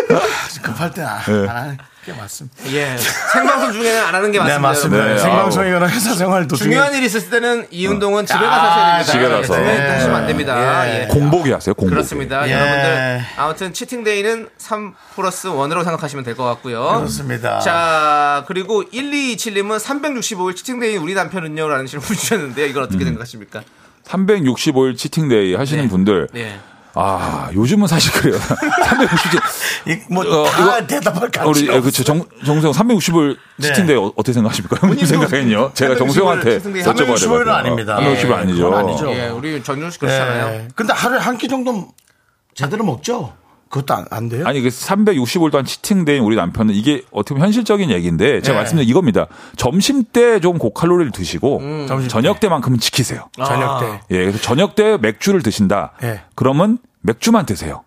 급할 때는 아, 안,
네.
안 하는 게 맞습니다.
예. 생방송 중에는 안 하는 게 맞습니다.
네, 맞습니다.
여러분.
네, 예.
생방송이거나 회사 생활 도중에. 음.
중요한 일이 있을 때는 이 운동은 집에 가서 하셔야 됩니다.
음. 아, 집에 가서. 예.
네,
네.
하시면 안 됩니다.
예.
예.
[LAUGHS] 공복이 하세요, 공복.
그렇습니다.
예.
여러분들. 아무튼 치팅데이는 3 플러스 1으로 생각하시면 될 것 같고요.
그렇습니다.
자, 그리고 1227님은 365일 치팅데이 우리 남편은요? 라는 질문 주셨는데요. 이걸 어떻게
음.
생각하십니까?
365일 치팅데이 하시는
네.
분들.
예.
아, 요즘은 사실 그래요. [LAUGHS] 360일.
이- 뭐,
어,
다
이거-
대답할
우리,
가치가
예, 그쵸. 정, 정수영 360일
네.
치팅데이 어, 어떻게 생각하십니까? 형님 생각에는요? 제가
365일
정수영한테
치팅데이
여쭤봐야 될것
365 는
같아요.
아닙니다.
360일
예,
아니죠.
그건 아니죠.
예, 우리 전준 씨
없잖아요.
그렇잖아요.
근데 하루에 한 끼 정도 제대로 먹죠? 그것도 안, 안 돼요?
아니, 그 365일 동안 치팅데이인 우리 남편은 이게 어떻게 보면 현실적인 얘기인데 제가
네.
말씀드린 이겁니다. 점심 때 좀 고칼로리를 드시고
점심
저녁 때만큼은 지키세요.
저녁 때.
예, 그래서 저녁 때 맥주를 드신다.
예.
그러면 맥주만 드세요.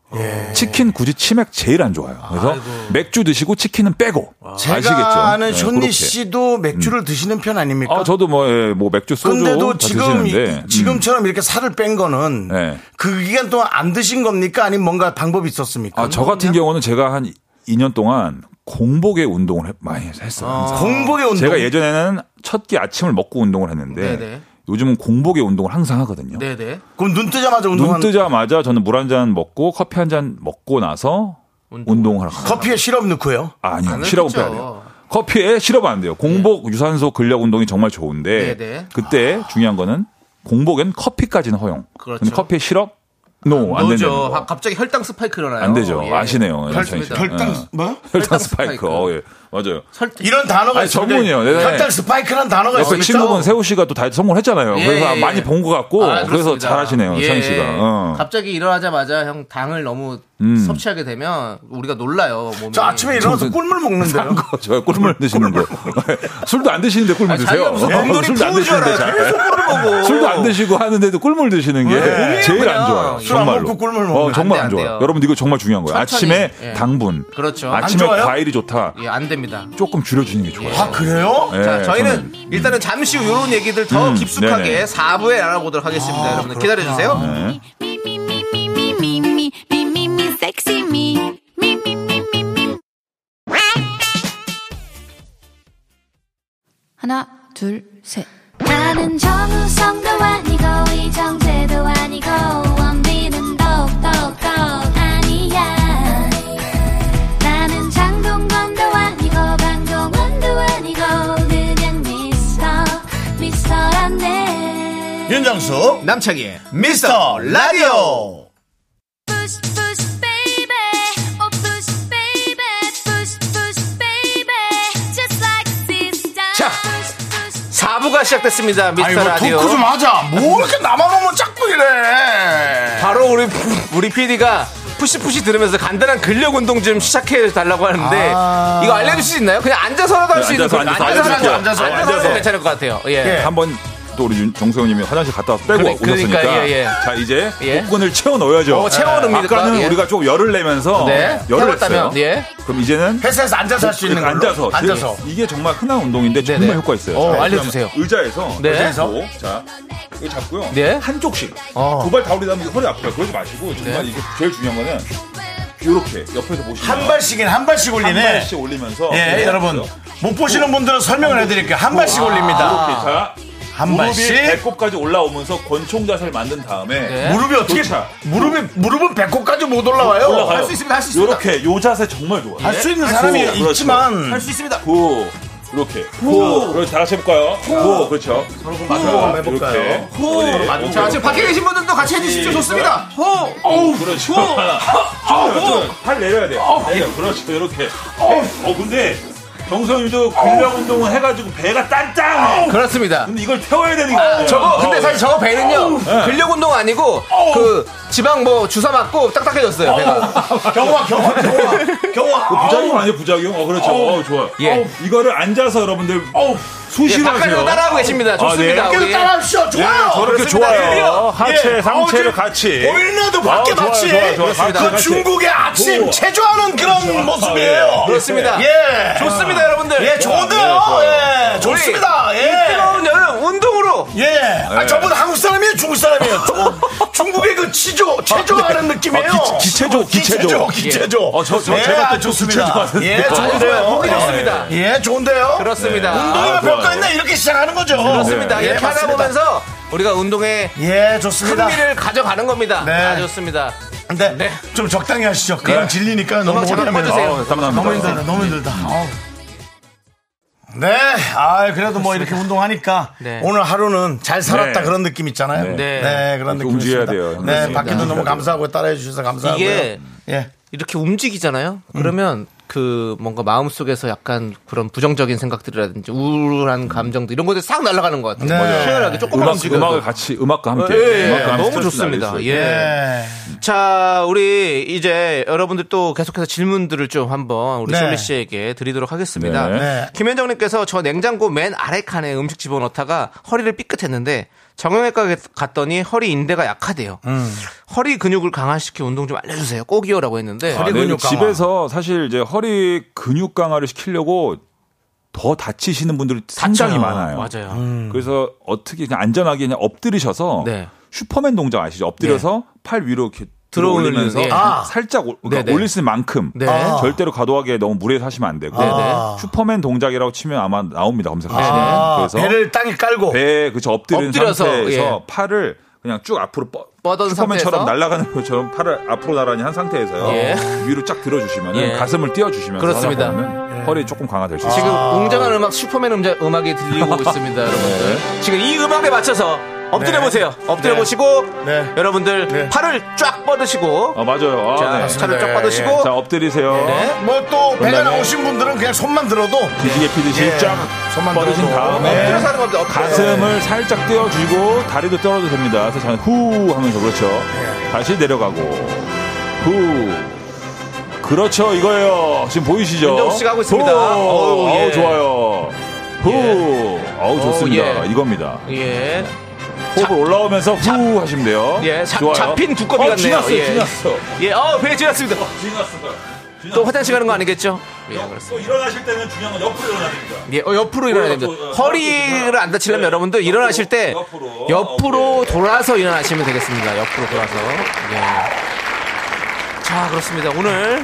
치킨 굳이 치맥 제일 안 좋아요. 그래서 맥주 드시고 치킨은 빼고.
제가
아시겠죠?
아는
예,
쇼니
그렇게. 음.
씨도 맥주를 드시는 편 아닙니까?
아, 저도 뭐, 예, 뭐 맥주 소주
근데도
다
지금 이-
드시는데. 음.
지금처럼 이렇게 살을 뺀 거는
네.
그 기간 동안 안 드신 겁니까? 아니면 뭔가 방법이 있었습니까?
아, 저 같은 경우는 제가 한 2년 동안 공복에 운동을 해- 많이 했어요. 항상.
아, 공복의 운동.
제가 예전에는 첫 끼 아침을 먹고 운동을 했는데
네네.
요즘은 공복에 운동을 항상 하거든요.
네, 네.
그럼 눈 뜨자마자
눈
운동한
뜨자마자 저는 물 한 잔 먹고 커피 한 잔 먹고 나서 운동을 하고
커피에 시럽 넣고요.
아, 아니요.
안
시럽은
했죠. 네.
빼야 돼요. 커피에 시럽 안 돼요. 공복 유산소 근력 운동이 정말 좋은데
네네. 아.
그때 중요한 거는 공복엔 커피까지는 허용.
그렇죠.
근데 커피에 시럽 노, 안 된다는
노죠. 아,
거.
갑자기 혈당 스파이크 일어나요.
안 되죠.
예.
아시네요. 남창희 씨.
그렇습니다.
예.
혈당 뭐?
혈당
혈당
스파이크.
스파이크.
어, 예. 맞아요.
혈-
이런 단어가
아니,
있습니다.
전문이에요. 네, 네.
혈당 스파이크라는 단어가
옆에
있어요.
친구분 세호 씨가 또 다이어트 성공을 했잖아요.
예,
그래서
예, 예.
많이 본 것 같고
아,
그래서
그렇습니다.
잘하시네요.
예.
창희 씨가. 어. 음.
갑자기 일어나자마자 형 당을 너무 섭취하게 되면 우리가 놀라요. 몸이.
저 아침에 일어나서 꿀물 먹는데요.
저 꿀물 드시는 거. [LAUGHS] 술도 안 드시는데 꿀물
아니,
드세요.
자기가
네.
무슨 엉덩이
[LAUGHS] 어, 술도
부은
안
줄
드시는데
알아요. 계속 꿀을 먹어.
술도 안 드시고 하는데도 꿀물 드시는 게
예.
제일
그냥.
네. 안 좋아요.
술안
정말로.
먹고 꿀물 먹으면
어,
안
정말
돼,
안
안
좋아요.
돼요.
여러분 이거 정말 중요한 거예요.
천천히.
아침에
예.
당분.
그렇죠.
아침에
안 좋아요?
과일이 좋다.
예, 안 됩니다.
조금 줄여주는 게 좋아요.
아 그래요?
예,
자, 저희는
저는.
일단은 잠시 후 이런 얘기들 더
음,
깊숙하게
네네.
4부에 알아보도록 하겠습니다. 여러분들 기다려주세요.
Me, me, me, me, me, me, me, me, me, me, sexy me. Me, me, me, me, me.
하나, 둘, 셋.
나는 정우성도 아니고 이정재도 아니고 원빈은 더욱더 아니야 나는 장동건도 아니고 방종원도
예, 윤정수
남창희의
미스터 라디오
Oh,
자 4부가 시작됐습니다. 미스터
아이고
라디오.
뭐 토크 좀 하자 뭐 이렇게 나만 오면 자꾸 이래
바로 우리 우리 PD가 푸시푸시 들으면서 간단한 근력 운동 좀 시작해 달라고 하는데
아.
이거 알려주실 수 있나요? 그냥 앉아서라도 할 수
네,
있는
앉아서,
그런-
앉아서
앉아서라도
알려드릴게요.
앉아서
앉아서.
앉아서 괜찮을 것 같아요. 예.
한번 또 우리 윤- 정수영님이 화장실 갔다 와서 빼고
그래,
오셨으니까
그러니까, 예, 예.
자 이제
예.
복근을 채워 넣어야죠.
어, 채워넣습니까?
아까는
예.
우리가 좀 열을 내면서
네.
열을
해봤다면,
냈어요.
예.
그럼 이제는
회사에서 앉아서 할 수 있는 걸로
앉아서 네.
앉아서
이게- 이게 정말 흔한 운동인데 정말
네네.
효과 있어요.
어,
자,
알려주세요.
그러면 의자에서
네.
의자에서 자 이거 잡고요.
네.
한쪽씩
어.
두 발 다 올리다 보면 허리 아파요. 그러지 마시고 정말 이게 제일 중요한 거는 이렇게 옆에서 보시면
한 발씩인 한 발씩
한
올리네
발씩 올리면서
예
이렇게
여러분
해서
못 보시는 분들은 설명을 해드릴게요 한 발씩
이렇게
올립니다
자
한
아, 무릎이
발씩
배꼽까지 올라오면서 권총 자세를 만든 다음에
네.
무릎이 어떻게
도착.
무릎이 무릎은 배꼽까지 못 올라와요
올라가요.
할 수 있습니다, 할수 있습니다.
이렇게 요 자세 정말 좋아요.
할 수 있는
할
사람이
수 있어요. 그렇죠.
있지만
할 수 있습니다.
후 이렇게 후 그렇죠 다 같이 해볼까요? 후 그렇죠. 서로
한번 해볼까요?
후 맞죠.
자 지금 밖에 계신 분들도 같이
예.
해주시죠. 좋습니다. 호.
그렇죠. 하나, 팔 내려야 돼.
아, 예.
내려. 그렇죠. 이렇게. 어, 근데 정성님도 근력 운동을 해가지고 배가 딴딴해.
그렇습니다.
근데 이걸 태워야 되는 거예요.
아. 저거 근데
어,
사실 저거 배는요
네.
근력 운동 아니고 그 지방 뭐 주사 맞고 딱딱해졌어요 배가.
경화 경화 경화 경화
그거 부작용 아니에요? 부작용? 어, 그렇죠. 어, 좋아요.
예.
어우, 이거를 앉아서 여러분들
예,
수시로
바깥으로
하세요.
따라하고 계십니다. 좋습니다.
네.
우리.
계속 아, 따라하시죠 예, 좋아요
저렇게
예. 그렇습니다.
좋아요.
드디어.
하체,
예.
상체를
어,
같이.
보이나도 밖에
어, 좋아요,
같이
좋아요, 좋아요.
그렇습니다.
그
같이.
중국의 아침
오. 아,
체조하는 그런 모습이에요
그렇습니다.
예
좋습니다 여러분들.
예, 좋은데요.
좋아요.
예, 좋습니다. 예.
뜨거운 여름 운동으로
예.
네.
아, 저분 한국 사람이에요, 중국 사람이에요.
[LAUGHS]
저, 중국의 그 치조, 체조하는 느낌이에요. 어,
아, 기- 기체조, 기체조.
기체조.
어, 저- 저-
예,
제가 또
아, 좋습니다.
기체조 하는데. 네,
예,
좋아요.
좋은데요.
보기
예.
좋습니다.
예, 좋은데요.
그렇습니다.
운동이
아,
면 별거
좋아요.
있나 이렇게 시작하는 거죠.
좋습니다.
예,
이렇게 하다
네. 맞습니다.
보면서 우리가 운동에
예, 좋습니다.
흥미를 가져가는 겁니다.
네.
아, 좋습니다.
근데
네.
좀 적당히 하시죠. 그럼 질리니까 너무
음악
오래
잠깐
하면
꺼주세요. 예.
어, 땀 납니다.
너무 힘들다, 너무 힘들다. 어우. 네, 아 그래도 뭐 이렇게 운동하니까
네.
오늘 하루는 잘 살았다
네.
그런 느낌 있잖아요.
네.
네, 그런 느낌
움직여야
있습니다.
돼요, 형님.
네, 밖에도 너무
움직여야
감사하고 따라해 주셔서 감사하고요. 음.
이게
예,
이렇게 움직이잖아요. 그러면 그 뭔가 마음속에서 약간 그런 부정적인 생각들이라든지 우울한 감정들 이런 것들이 싹 날아가는 것 같아요.
네.
맞아요. 시원하게 조금만
음악,
움직여도.
음악을 같이, 음악과 함께.
예, 예,
음악과 함께
너무
스트레스
좋습니다.
날릴 수
예.
있어요.
예.
자, 우리 이제 여러분들 또 계속해서 질문들을 좀 한번 우리
네.
솔리 씨에게 드리도록 하겠습니다.
네.
네.
김현정님께서 저 냉장고 맨 아래 칸에 음식 집어넣다가 허리를 삐끗했는데 정형외과 갔더니 허리 인대가 약하대요.
음.
허리 근육을 강화시켜 운동 좀 알려주세요. 꼭이요라고 했는데
아, 네,
근육 강화.
집에서 사실 이제 허리 근육 강화를 시키려고 더 다치시는 분들이 상당히
그렇죠.
많아요.
맞아요. 음.
그래서 어떻게 그냥 안전하게 그냥
음.
엎드리셔서
네.
슈퍼맨 동작 아시죠? 엎드려서 팔 위로 이렇게 들어
들어올리는,
올리면서
예.
아.
살짝 올, 그러니까
네네.
올릴 수 있는 만큼
네.
절대로 과도하게 너무 무리해서 하시면 안 되고
네네.
슈퍼맨 동작이라고 치면 아마 나옵니다 검색하시면
아,
그래서
배를 땅에 깔고
배 그저 엎드리는
엎드려서, 예.
상태에서 팔을 그냥 쭉 앞으로 뻗
뻗은 상태에서?
슈퍼맨처럼 날아가는 것처럼 팔을 앞으로 나란히 한 상태에서요
예.
위로 쫙 들어주시면
예.
가슴을 띄워주시면서
그렇습니다. 예.
하다 보면 허리 조금 강화될 수 있어요.
지금 웅장한 음악 슈퍼맨 음자,
[LAUGHS]
음악이 들리고 있습니다, 여러분들. 지금 이 음악에 맞춰서 엎드려 보세요. 엎드려
네.
보시고
네.
여러분들
네.
팔을 쫙 뻗으시고
아 맞아요. 아,
자,
네.
팔을 쫙
예,
뻗으시고
자 엎드리세요.
네.
뭐 또 배가
그다음에-
나오신 분들은 그냥 손만 들어도
뒤지게 피듯이
예.
쫙
손만
뻗으신
들어도. 네.
네. 다음에
엎드려서 하는 겁니다. 엎드려서.
가슴을 살짝 띄워주고 다리도 떨어도 됩니다. 그래서 잠깐 후 하면서 그렇죠.
네.
다시 내려가고 후 그렇죠 이거예요. 지금 보이시죠?
윤정수 씨가 하고 있습니다.
후.
어우,
어우,
예.
좋아요. 후 어우 좋습니다.
예.
이겁니다.
예.
호흡 올라오면서 후
잡-
하시면 돼요.
예, 잡-
좋아요.
잡힌 두꺼비
어,
같네요.
지났어요,
예.
지났어.
예, 어, 배 지났습니다.
지났어요.
또 화장실 가는 거 아니겠죠? 예, 그렇습니다.
또 일어나실 때는 중요한 건 옆으로 일어나야 됩니다.
예, 어, 옆으로 일어나야 됩니다.
또, 어,
허리를 안 다치려면
네.
여러분들
옆으로,
일어나실 때
옆으로. 아,
옆으로
오케이.
돌아서 일어나시면 되겠습니다. 옆으로 돌아서. 예. 자, 그렇습니다. 오늘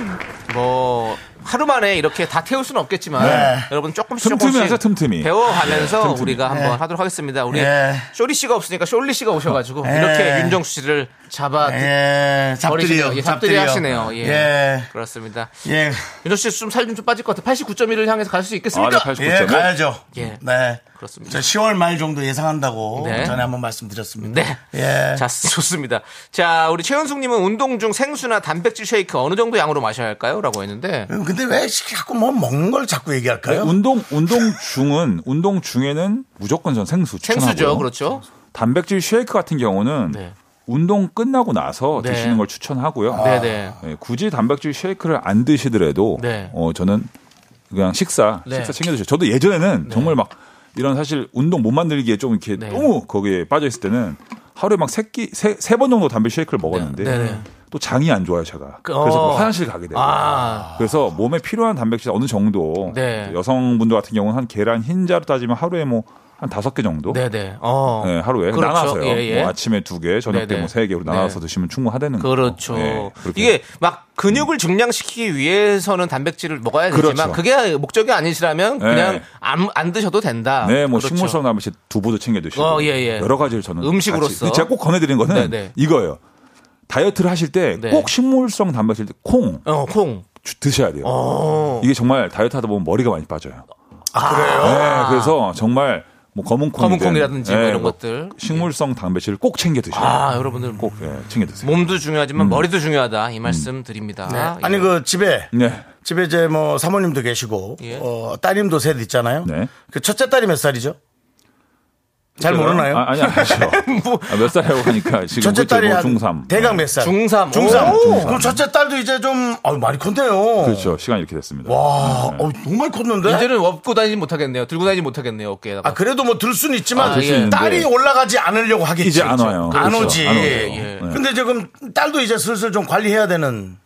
뭐 하루 만에 이렇게 다 태울 수는 없겠지만
네.
여러분 조금씩
틈틈이
조금씩
하죠, 틈틈이.
배워가면서
예, 틈틈이.
우리가 한번 하도록 하겠습니다. 우리
예.
쇼리 씨가 없으니까 쇼리 씨가 오셔가지고
예.
이렇게 윤정수 씨를 잡아
예, 잡들이요.
버리시네요. 예, 잡들이 하시네요. 예.
예.
그렇습니다.
예.
윤정수 씨 좀 살 좀 좀 빠질 것 같아. 요 89.1을 향해서 갈 수 있겠습니까?
아, 네, 89.1.
예, 가야죠.
예.
네.
그렇습니다.
저 10월 말 정도 예상한다고
네.
전에 한번 말씀드렸습니다.
네.
예.
자, [LAUGHS] 좋습니다. 자, 우리 최현숙님은 운동 중 생수나 단백질 쉐이크 어느 정도 양으로 마셔야 할까요? 라고 했는데.
음, 근데 왜 자꾸 뭐 먹는 걸 자꾸 얘기할까요?
운동 운동 중은 운동 중에는 무조건 전 생수 추천하고요. 어?
생수죠, 그렇죠?
단백질 쉐이크 같은 경우는
네.
운동 끝나고 나서
네. 아,
드시는 걸 추천하고요.
네네.
예, 굳이 단백질 쉐이크를 안 드시더라도
네.
어, 저는 그냥 식사
네.
식사 챙겨 드세요. 저도 예전에는 정말 막 이런 사실 운동 못 만들기에 좀 이렇게
네.
너무 거기에 빠져 있을 때는 하루에 막 세끼세번 정도 담배 쉐이크를 먹었는데
네, 네.
또 장이 안 좋아요 제가
그- 어.
그래서 뭐 화장실 가게 돼요.
아.
그래서 몸에 필요한 단백질 어느 정도
네.
여성분들 같은 경우는 한 계란 흰자로 따지면 하루에 뭐 한 다섯 개 정도
네네. 어.
네, 하루에
그렇죠.
나눠서요.
예, 예.
뭐 아침에 두 개, 저녁 때
네네.
뭐 세 개로 나눠서
네.
드시면 충분하다는 거죠.
그렇죠.
예, 그렇게.
이게 막 근육을 증량시키기 위해서는 단백질을 먹어야 되지만
그렇죠.
그게 목적이 아니시라면
네.
그냥 안, 안 드셔도 된다.
네, 뭐
그렇죠.
식물성 단백질 두부도 챙겨 드시고
어, 예, 예.
여러 가지를 저는
음식으로서.
같이. 근데 제가 꼭 권해드린 거는
네네.
이거예요. 다이어트를 하실 때 꼭
네.
식물성 단백질 콩
어, 콩.
주- 드셔야 돼요.
어.
이게 정말 다이어트 하다 보면 머리가 많이 빠져요.
아.
아,
그래요? 그래서 정말 뭐 검은 콩,
검은 콩이라든지 뭐
네,
이런 것들.
식물성 단백질 꼭 챙겨 드셔야 돼요.
아, 여러분들
꼭 예, 챙겨 드세요.
몸도
음.
중요하지만 머리도 중요하다. 이 말씀 드립니다. 예.
아니 그 집에
네.
집에 이제 뭐 사모님도 계시고
예.
어, 따님도 셋 있잖아요.
네.
그 첫째 딸이 몇 살이죠? 잘 모르나요?
아, 아니,
[LAUGHS]
아니죠.
뭐
아, 몇 살이라고 하니까 지금
첫째
그때
딸이
뭐
한
중3.
대강 몇 살?
중삼.
중삼.
오!
그럼 첫째 딸도 이제 좀 아유 많이 컸네요.
그렇죠. 네. 시간이 이렇게 됐습니다.
어. 와, 어, 너무 많이 컸는데.
이제는 업고 다니지 못하겠네요. 들고 다니지 못하겠네요. 어깨에다가.
아 그래도 뭐 들 수는 있지만
아, 들 수는
있는데.
딸이 올라가지 않으려고 하겠지.
이제 안 와요.
안
그렇죠.
오지.
안 오죠.
예.
네.
근데 지금 딸도 이제 슬슬 좀 관리해야 되는.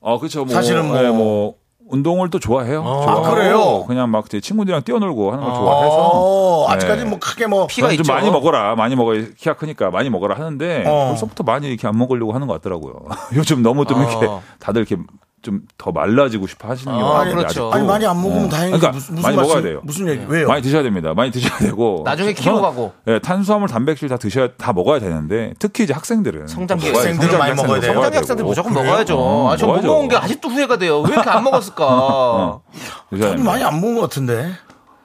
어, 그렇죠. 뭐,
사실은 뭐-
예, 뭐 운동을 또 좋아해요. 좋아하고
그래요?
그냥 막 제 친구들이랑 뛰어놀고 하는 걸
어,
좋아해서
아직까지
예.
뭐 크게 뭐
피가
좀
있죠.
많이 먹어라, 많이 먹어 키가 크니까 많이 먹어라 하는데
어.
벌써부터 많이 이렇게 안 먹으려고 하는 것 같더라고요. [LAUGHS] 요즘 너무 좀
어.
이렇게 다들 이렇게 좀 더 말라지고 싶어 하시는 경우가
아,
많은데
그렇죠.
아직도.
아. 아니 많이 안 먹으면
어.
다행이지.
그러니까
무슨, 무슨
많이
말씀-
먹어야 돼요. 네.
무슨 얘기? 왜요?
많이 드셔야 됩니다. 많이 드셔야 되고.
나중에
저는,
키로 가고.
예, 탄수화물, 단백질 다 드셔야 다 먹어야 되는데 특히 이제 학생들은
성장기
먹어야-
학생들은
성장기
많이 네, 먹어야 돼요. 뭐
성장기 학생들 무조건
그래요?
먹어야죠. 아, 저못
먹어야죠.
먹은 게 아직도 후회가 돼요. 왜 이렇게
[LAUGHS]
안 먹었을까?
어. 드셔야
아니,
됩니다.
많이 안 먹은 것 같은데.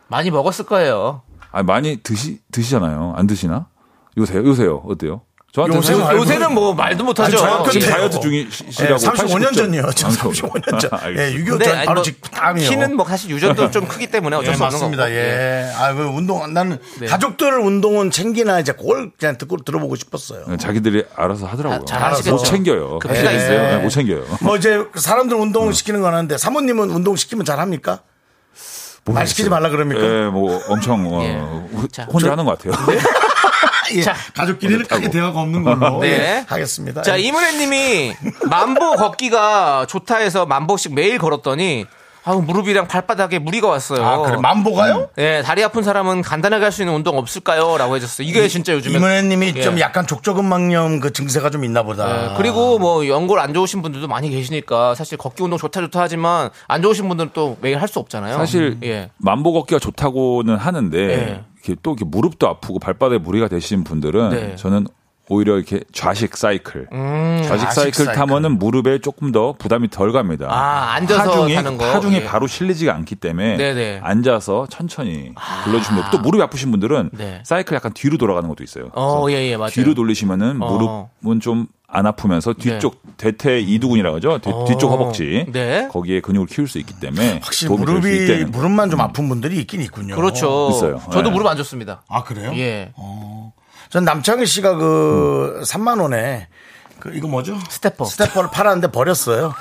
많이 먹었을 거예요.
아니, 많이 드시 드시잖아요. 안 드시나? 요새 요새요. 어때요? 저한테
요새는 아니,
요새는 뭐 말도
아니,
못하죠.
정확한
지금
돼요.
다이어트 중이시라고
네, 35년
89점.
전이요. 저
아,
35년 전.
아, 알겠습니다.
예, 6.25전
근데 아니,
바로
뭐
직함이요.
키는 뭐 사실 유전도 좀 크기 때문에 어쩔
예,
수 없는
맞습니다.
거고. 네.
예. 아, 그 운동 나는 가족들 운동은 챙기나 이제 그걸 그냥 듣고 들어보고 싶었어요.
네, 자기들이 알아서 하더라고요.
아, 잘 하시겠죠.
못 챙겨요.
그 피가
네,
있어요.
네, 못 챙겨요.
뭐 이제 사람들 운동 시키는 건 하는데 사모님은 운동 시키면 잘 합니까? 말 시키지 말라 그럽니까?
예, 뭐 엄청 어,
예.
호-
자, 네?
혼자 하는 것 같아요.
예. 가족끼리는 크게 대화가 없는 걸로
네.
예, 하겠습니다.
자,
예.
이문혜님이 만보 걷기가 좋다 해서 만보씩 매일 걸었더니 아우 무릎이랑 발바닥에 무리가 왔어요.
아, 그래 만보가요?
네, 다리 아픈 사람은 간단하게 할 수 있는 운동 없을까요? 라고 해줬어요. 이게 예, 진짜 요즘에.
이문혜님이
예.
좀 약간 족저근막염 그 증세가 좀 있나
네,
보다.
그리고 뭐 연골 안 좋으신 분들도 많이 계시니까 사실 걷기 운동 좋다 좋다 하지만 안 좋으신 분들은 또 매일 할 수 없잖아요.
[LAUGHS] 사실
예.
만보 걷기가 좋다고는 하는데
예.
이렇게 또 이렇게 무릎도 아프고 발바닥에 무리가 되신 분들은
네. 음.
저는 오히려 이렇게 좌식 사이클, 좌식
아,
좌식
사이클
사이클.
타면은 무릎에 조금 더 부담이 덜 갑니다.
아, 앉아서
하중이,
타는 거.
하중이
예.
바로 실리지가 않기 때문에
네네.
앉아서 천천히 돌려주시면 되고 또 무릎이 아프신 분들은
네.
사이클 약간 뒤로 돌아가는 것도 있어요.
어,
그래서
예, 예, 맞아요.
뒤로 돌리시면은
어. 네.
무릎은 좀 안 아프면서 뒤쪽 대퇴 이두근이라고 하죠. 뒤,
어.
쪽 허벅지
네.
거기에 근육을 키울 수 있기
[LAUGHS]
때문에
확실히
도움이 될수
무릎이
있다는 거.
무릎만 좀 아픈 분들이 있긴 있군요.
그렇죠.
있어요.
저도
예. 어?
무릎 안 좋습니다.
아 그래요?
예.
전 남창희 씨가 그 3만 원에 그 이거 뭐죠?
스태퍼.
스태퍼를 팔았는데 버렸어요.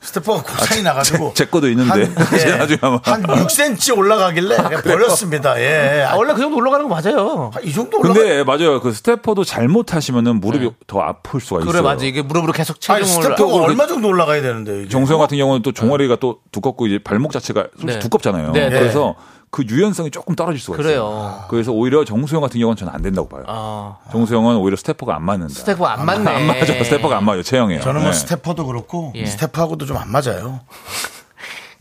스태퍼가 고장이 나가지고
[LAUGHS] 제- 제 것도 있는데. [LAUGHS] 제가
한, 예,
나중에 아마.
한 6cm 올라가길래 그냥 버렸습니다. 예.
아,
아,
원래 그 정도 올라가는 거 맞아요.
이 정도 올라가.
근데 맞아요. 그 스태퍼도 잘못하시면은 무릎이 더 아플 수가
네. 그래
있어요.
맞아 이게 무릎으로 계속
아니,
체중을
스태퍼가 얼마 정도 올라가야 되는데 이게?
정수영 같은 경우는 또 종아리가 또 두껍고 이제 발목 자체가 솔직히
네.
두껍잖아요.
네, 네.
그래서 그 유연성이 조금 떨어질 수가
그래요.
있어요. 그래서 오히려 정수영 같은 경우는 저는 안 된다고 봐요.
아,
정수영은 오히려 스태퍼가 안 맞는다.
스태퍼가 안 맞네.
안 맞아. 스태퍼가 안 맞아요. 체형에.
저는 뭐
네.
스태퍼도 그렇고
예.
스태퍼하고도 좀 안 맞아요.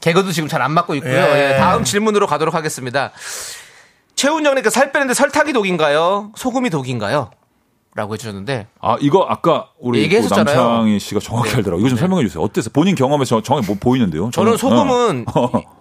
개그도 지금 잘 안 맞고 있고요.
예.
예, 다음 질문으로 가도록 그 하겠습니다. 최훈영님께 살 빼는데 설탕이 독인가요? 소금이 독인가요? 라고 해주셨는데
아 이거 아까 우리 그
얘기했었잖아요. 네.
남창희 씨가 정확히 알더라고. 요 이거 좀 설명해 주세요. 어땠어요? 본인 경험에서 정확히 뭐 보이는데요?
저는
어. [LAUGHS]
소금은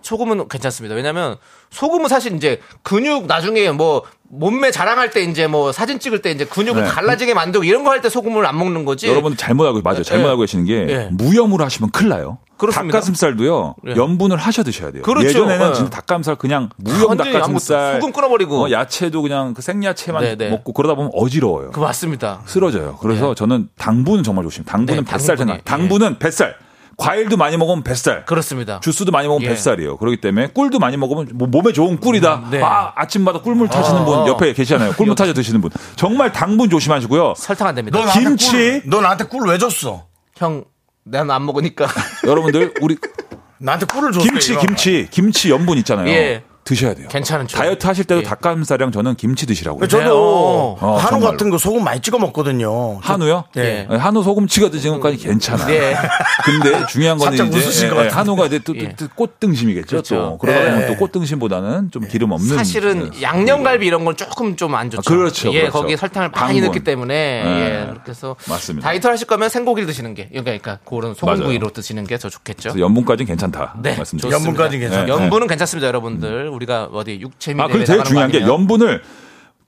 소금은 괜찮습니다. 왜냐면 소금은 사실 이제 근육 나중에 뭐 몸매 자랑할 때 이제 뭐 사진 찍을 때 이제 근육을
네.
갈라지게 만들고 이런 거 할 때 소금을 안 먹는 거지.
여러분들 잘못 알고 맞아요. 잘못
예.
알고 계시는 게
예.
무염으로 하시면 큰일 나요.
그렇습니다.
닭가슴살도요
예.
염분을 하셔 드셔야 돼요.
그렇죠.
예전에는
예.
진짜 닭가슴살 그냥 무염
완전히 아무것도
닭가슴살
소금 끊어버리고.
어, 야채도 그냥 그 생야채만
네, 네.
먹고 그러다 보면 어지러워요.
그 맞습니다.
쓰러져요. 그래서 저는 당분은 정말 조심. 당분은
네,
뱃살
당분이,
생각. 당분은 뱃살. 과일도 많이 먹으면 뱃살.
그렇습니다.
주스도 많이 먹으면
예.
뱃살이에요. 그렇기 때문에 꿀도 많이 먹으면 뭐 몸에 좋은 꿀이다.
네.
아, 아침마다 꿀물 타시는
아,
분
아.
옆에 계시잖아요. 꿀물 타셔 드시는 분. 정말 당분 조심하시고요.
설탕 안 됩니다.
김치.
너 나한테 꿀 왜 줬어?
형, 난 안
[LAUGHS]
먹으니까.
여러분들
[LAUGHS]
우리
그렇죠,
나한테 꿀을 줬어.
김치 김치 김치 염분 있잖아요.
예.
드셔야 돼요.
괜찮은 예. 그렇죠. 쪽.
다이어트 하실 때도 닭가슴살이랑 저는 김치 드시라고. 해요.
그 저도
어,
한우
정말로.
같은 거 소금 많이 찍어 먹거든요.
한우요?
예.
예, 한우 소금치가 지금까지 괜찮아요.
예.
근데 중요한 거는
살짝
이제
웃으신
예,
것
예,
같은데.
한우가 이제 또, 또,
예.
또 꽃등심이겠죠. 또
그렇죠. 예.
그러다 보면
예.
또 꽃등심보다는 좀 기름 없는
사실은
예.
양념갈비 이런 건 조금 좀 안 좋죠.
아, 그렇죠,
예,
그렇죠.
거기에 설탕을 많이
당분.
넣기 때문에
예.
예, 그렇게 해서
맞습니다.
다이어트 하실 거면 생고기를 드시는 게 그러니까 그런 소금구이로 드시는 게 더 좋겠죠.
그래서 연분까지는 괜찮다.
네,
말씀드리고.
좋습니다.
염분까지는 괜찮아요.
염분은 괜찮습니다, 여러분들. 우리가 어디 육체미
아, 그리고 되게 중요한 게 염분을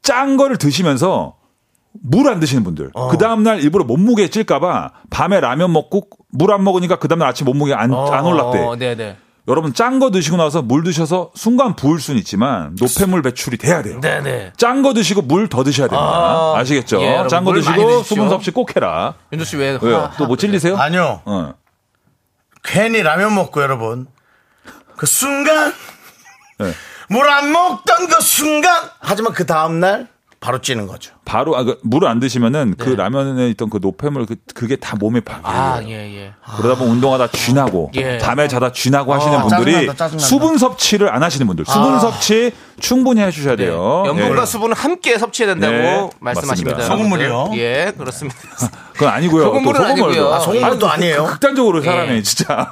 짠 거를 드시면서 물 안 드시는 분들.
어.
그 다음날 일부러 몸무게 찔까봐 밤에 라면 먹고 물 안 먹으니까 그 다음날 아침 몸무게 안, 안 올랐대.
네, 네.
여러분 짠 거 드시고 나서 물 드셔서 순간 부을 순 있지만 노폐물 배출이 돼야 돼요.
네, 네.
짠 거 드시고 물 더 드셔야 됩니다.
아.
아, 시겠죠
예, 여러분,
짠 거
물 많이
드시고
드십시오.
수분 섭취 꼭 해라.
윤조 씨왜
왜요? 또 뭐 찔리세요?
아니요.
어.
괜히 라면 먹고 여러분 그 순간
네.
물 안 먹던 그 순간 하지만 그 다음 날 바로 찌는 거죠.
바로 아, 그 물을 안 드시면은
네.
그 라면에 있던 그 노폐물 그, 그게 다 몸에 박혀요.
아, 예, 예.
그러다 보면 운동하다 쥐나고
예.
밤에 자다 쥐나고 하시는
아,
분들이
짜증난다, 아. 짜증난다.
수분 섭취를 안 하시는 분들 수분 섭취 충분히 해주셔야
네.
돼요.
염분과
예.
수분은 함께 섭취해야 된다고
네,
말씀하십니다.
맞습니다.
여러분들.
소금물이요?
예, 그렇습니다.
그건 아니고요.
소금물은
또 소금물도.
아니고요.
아,
소금은
아니,
또
그-
아니에요.
극단적으로 사람이
[LAUGHS]
예.
진짜.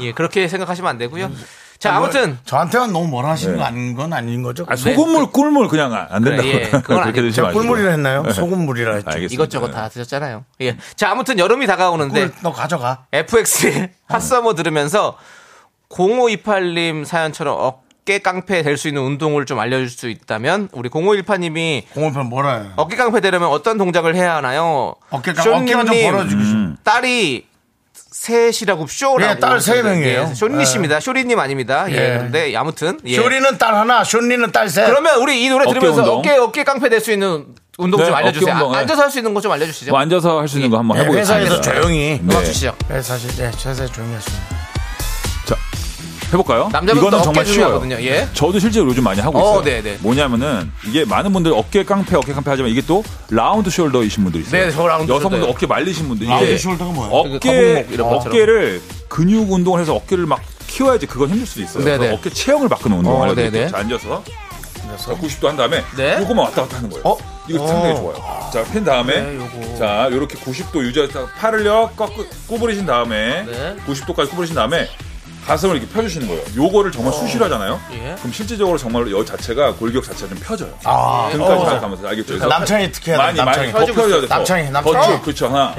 예, 그렇게 생각하시면 안 되고요. 자, 아무튼
저한테만 너무 뭐라 하시는 건건 아닌 거죠? 네.
아, 소금물 꿀물 그냥 안 된다고
그래, 예, 그건
[LAUGHS] 그렇게
아니고요.
드시면
제가
안 돼요.
꿀물이라 했나요? 소금물이라 했죠.
알겠습니다.
이것저것 다 드셨잖아요. 예. 자, 아무튼 여름이 다가오는데
꿀, 너 가져가.
[LAUGHS] FX의 핫서머 들으면서 0528님 사연처럼 어깨 깡패 될 수 있는 운동을 좀 알려줄 수 있다면 우리 0518님이
공원편 뭐라 해요?
어깨 깡패 되려면 어떤 동작을 해야 하나요?
어깨 깡- 어깨가 좀
쇼님,
벌어지고 싶- 음.
딸이 셋이라고 쇼라고.
예, 딸세 명이에요.
예, 쇼리씨입니다. 쇼리님 아닙니다. 예.
예.
그런데 아무튼 예.
쇼리는 딸 하나, 쇼리는 딸 셋.
그러면 우리 이 노래
어깨
들으면서
운동.
어깨 어깨 깡패 될 수 있는 운동
네,
좀
어깨
알려주세요.
운동,
아,
예.
앉아서 할 수 있는 거 좀 알려주시죠.
뭐 앉아서 할 수 있는 거 한번
네,
해보겠습니다.
회사에서 조용히.
네.
음악 주시죠.
네, 사실 네, 회사에서 조용히 하시면.
해볼까요?
남자분도
이거는
어깨
정말 쉬워요.
중요하거든요. 예.
저도 실제로 요즘 많이 하고
어,
있어요.
네네.
뭐냐면은 이게 많은 분들 어깨 깡패, 어깨 깡패 하지만 이게 또 라운드 숄더이신 분들 있어요.
네, 저 라운드
여성분들
숄더예요. 아,
어깨 말리신 분들
라운드
이게
숄더가 뭐예요?
어깨
거북목 그 이런 것처럼.
어깨를 근육 운동을 해서 어깨를 막 키워야지 그건 힘들 수도 있어요.
네네.
그래서 어깨 체형을 바꾸는 운동을
어,
하려고 이렇게
네네.
자, 앉아서 90도 한 다음에
네.
요거만 왔다 갔다 하는 거예요.
어? 네,
이거 상당히 좋아요. 자, 팬 다음에 자, 요렇게 90도 유지해서 팔을요 꺾 구부리신 다음에
네.
90도까지 구부리신 다음에 가슴을 이렇게 펴주시는 거예요. 요거를 정말 수시하잖아요.
예.
그럼 실질적으로 정말 여 자체가 골격 자체가 좀 펴져요.
아,
등까지
어.
다 가면서 알겠죠? 그래서
남창이 특히 해야
예, 많이
돼.
많이
네, 남창이.
더 펴져야 돼서
남창이, 남창이.
더쭉 그렇죠 하나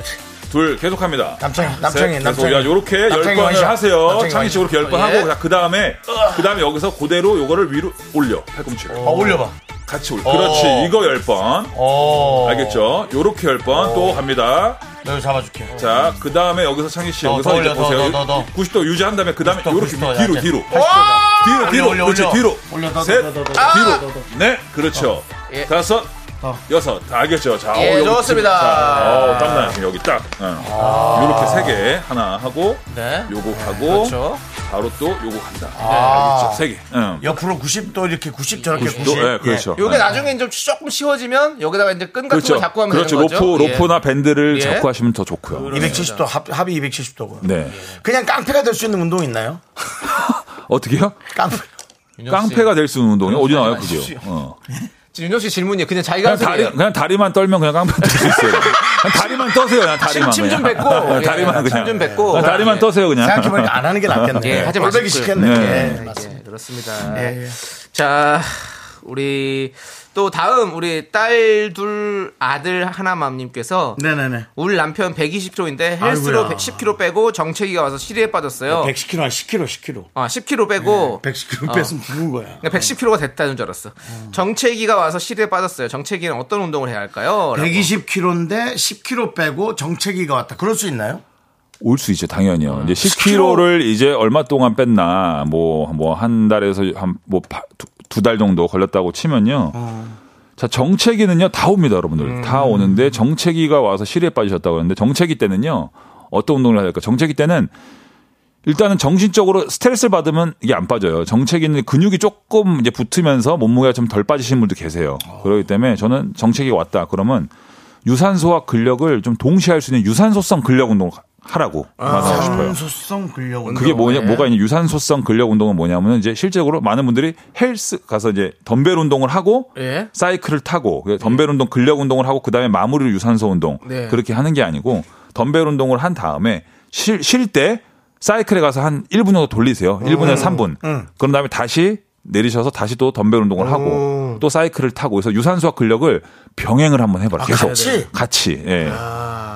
둘 계속합니다.
남창이, 남창이,
아, 셋,
남창이.
계속. 야, 요렇게 열
남창이
번을
와이셔.
하세요.
남창이
창희 씨
와이셔.
이렇게 열 번
어, 예.
하고 그 다음에 그 다음에 여기서 그대로 요거를 위로 올려 팔꿈치를.
어, 올려봐.
같이 올.
어.
그렇지. 이거 열 번.
어.
알겠죠? 요렇게 열 번 또 갑니다.
너 이거 잡아줄게.
자, 그 다음에 여기서 창희 씨
더,
여기서
어, 더
이제
올려, 더,
보세요.
더, 더, 더.
90도 유지한 다음에 그 다음에
90도,
요렇게
90도,
뒤로
야,
뒤로.
어?
와!
뒤로 뒤로
올려, 올려,
그렇지
올려.
뒤로.
올려, 더, 더,
셋.
더, 더, 더, 더.
아! 네, 그렇죠.
예.
다섯.
어.
여섯 다 알겠죠? 자, 어,
예,
여기
좋습니다. 아.
자, 어, 땀나요 지금 여기 딱. 응. 요렇게 세 개 하나 하고
네.
요거 하고
그렇죠. 네.
바로 또 요거 간다.
아.
알겠죠? 세 개. 응.
옆으로 90도 이렇게 90 저렇게 90.
90도. 예, 그렇죠.
요게
네.
나중에 좀 조금 쉬워지면 여기다가 이제 끈 같은
그렇죠.
걸 잡고 하면
그렇죠.
되는 거죠.
로프
예.
로프나 밴드를
예. 그렇죠.
잡고 하시면 더 좋고요.
270도 합, 합이 270도고.
네.
그냥 깡패가 될 수 있는 운동 있나요?
어떻게요?
깡패.
윤정수 씨.
깡패가 될 수 있는 운동이 어디 나와요, 그죠? 어.
지금 윤정수 씨 질문이에요. 그냥 자기가
그냥
한
다리
소리예요.
그냥 다리만 떨면 그냥 깡패 될 수 있어요. 그냥 다리만 떠세요, 그냥 다리만.
침- 침좀
그냥.
뱉고.
네, [LAUGHS] 다리만
예,
그냥.
침좀 뱉고.
그냥 다리만
예.
떠세요, 그냥.
생각해보니까 안 하는 게 낫겠네.
예, 하지 예, 마시고요.
꼴보기 싫겠네.
네.
예, 맞습니다.
예, 그렇습니다.
예, 예.
자, 우리 또 다음 우리 딸 둘 아들 하나맘님께서
네네네.
우리 남편 120kg인데 헬스로
아이고야.
110kg 빼고 정체기가 와서 시리에 빠졌어요.
110kg, 한 10kg, 10kg.
아, 10kg 빼고
네,
110kg
어.
뺐으면 죽은 거야.
그러니까 110kg가 됐다는 줄 알았어.
음.
정체기가 와서 시리에 빠졌어요. 정체기는 어떤 운동을 해야 할까요?
120kg인데 10kg 빼고 정체기가 왔다. 그럴 수 있나요?
올 수 있죠, 당연히요. 이제 10kg를 이제 얼마 동안 뺐나, 뭐, 뭐, 한 달에서 한, 뭐, 두 달 정도 걸렸다고 치면요.
어.
자, 정체기는요, 다 옵니다, 여러분들.
음.
다 오는데, 정체기가 와서 시리에 빠지셨다고 그러는데, 정체기 때는요, 어떤 운동을 해야 될까? 정체기 때는, 일단은 정신적으로 스트레스를 받으면 이게 안 빠져요. 정체기는 근육이 조금 이제 붙으면서 몸무게가 좀 덜 빠지신 분도 계세요. 그렇기 때문에 저는 정체기가 왔다. 그러면 유산소와 근력을 좀 동시에 할 수 있는 유산소성 근력 운동을 하라고
아, 네.
말하고 싶어요.
산소성 근력 운동.
그게 뭐냐, 뭐가 있냐, 유산소성 근력 운동은 뭐냐면 이제 실제로 많은 분들이 헬스 가서 이제 덤벨 운동을 하고
예.
사이클을 타고 그 덤벨 운동 근력 운동을 하고 그다음에 마무리로 유산소 운동
네.
그렇게 하는 게 아니고 덤벨 운동을 한 다음에 쉴 때 사이클에 가서 한 1분 정도 돌리세요.
음.
1분에서 3분. 그런 다음에 다시 내리셔서 다시 또 덤벨 운동을 하고 또 사이클을 타고 그래서 유산소와 근력을 병행을 한번 해봐라.
아,
계속
같이?
같이. 예.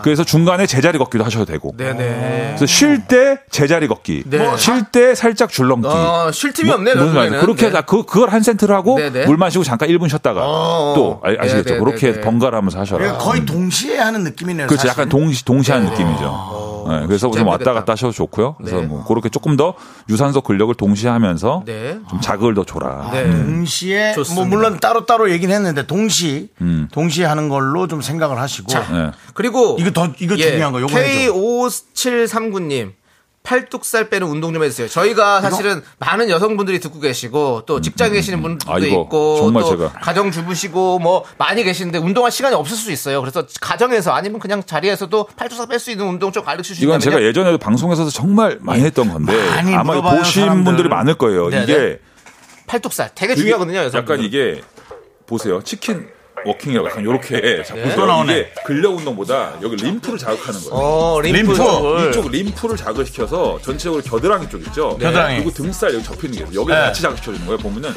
그래서 중간에 제자리 걷기도 하셔도 되고.
네네.
그래서 쉴 때 제자리 걷기,
네.
쉴 때 살짝 줄넘기.
어, 쉴 틈이
뭐,
없네,
무슨 말이죠?
결국에는.
그렇게
네.
해서 그 그걸 한 세트를 하고
네, 네.
물 마시고 잠깐 1분 쉬었다가
어,
또 아, 시겠죠
네, 네,
그렇게
네, 네.
번갈아 하면서 하셔라.
그러니까 거의 동시에 하는 느낌이네요.
그렇죠.
사실.
약간 동시 동시한 느낌이죠. 네, 그래서 우선 왔다
네. 어, 힘들겠다.
갔다 하셔도 좋고요. 그래서
네.
뭐 그렇게 조금 더 유산소 근력을 동시에 하면서
네.
좀 자극을 더 줘라.
네.
동시에
좋습니다.
뭐
음.
물론 따로 따로 얘기는 했는데 동시 동시에 하는 걸로 좀 생각을 하시고
네.
그리고 예,
이거 더- 이거 중요한 거, 요거 해줘.
K5739님 팔뚝살 빼는 운동 좀 해주세요. 저희가 사실은 많은 여성분들이 듣고 계시고 또 직장 에 계시는 분들도
아, 이거
있고
정말
또
제가.
가정 주부시고 뭐 많이 계시는데 운동할 시간이 없을 수 있어요. 그래서 가정에서 아니면 그냥 자리에서도 팔뚝살 뺄 수 있는 운동 좀 가르쳐 주시면
이건 제가 예전에도 방송에서도 정말 많이 했던 건데
많이
아마
물어봐요,
보신
사람들.
분들이 많을 거예요.
네,
이게
팔뚝살 되게 중요하거든요.
이게
여성
약간 이게 보세요. 치킨 워킹이라고 약간 요렇게 자꾸
네.
또 나오네. 이게 근력 운동보다 여기 림프를 자극하는 거예요.
어, 림프.
림프.
쪽을.
이쪽 림프를 자극시켜서 전체적으로 겨드랑이 쪽 있죠.
네. 겨드랑이. 네.
그리고 등살 여기 접히는 게 여기 를 같이 자극시켜 주는 거예요. 보면은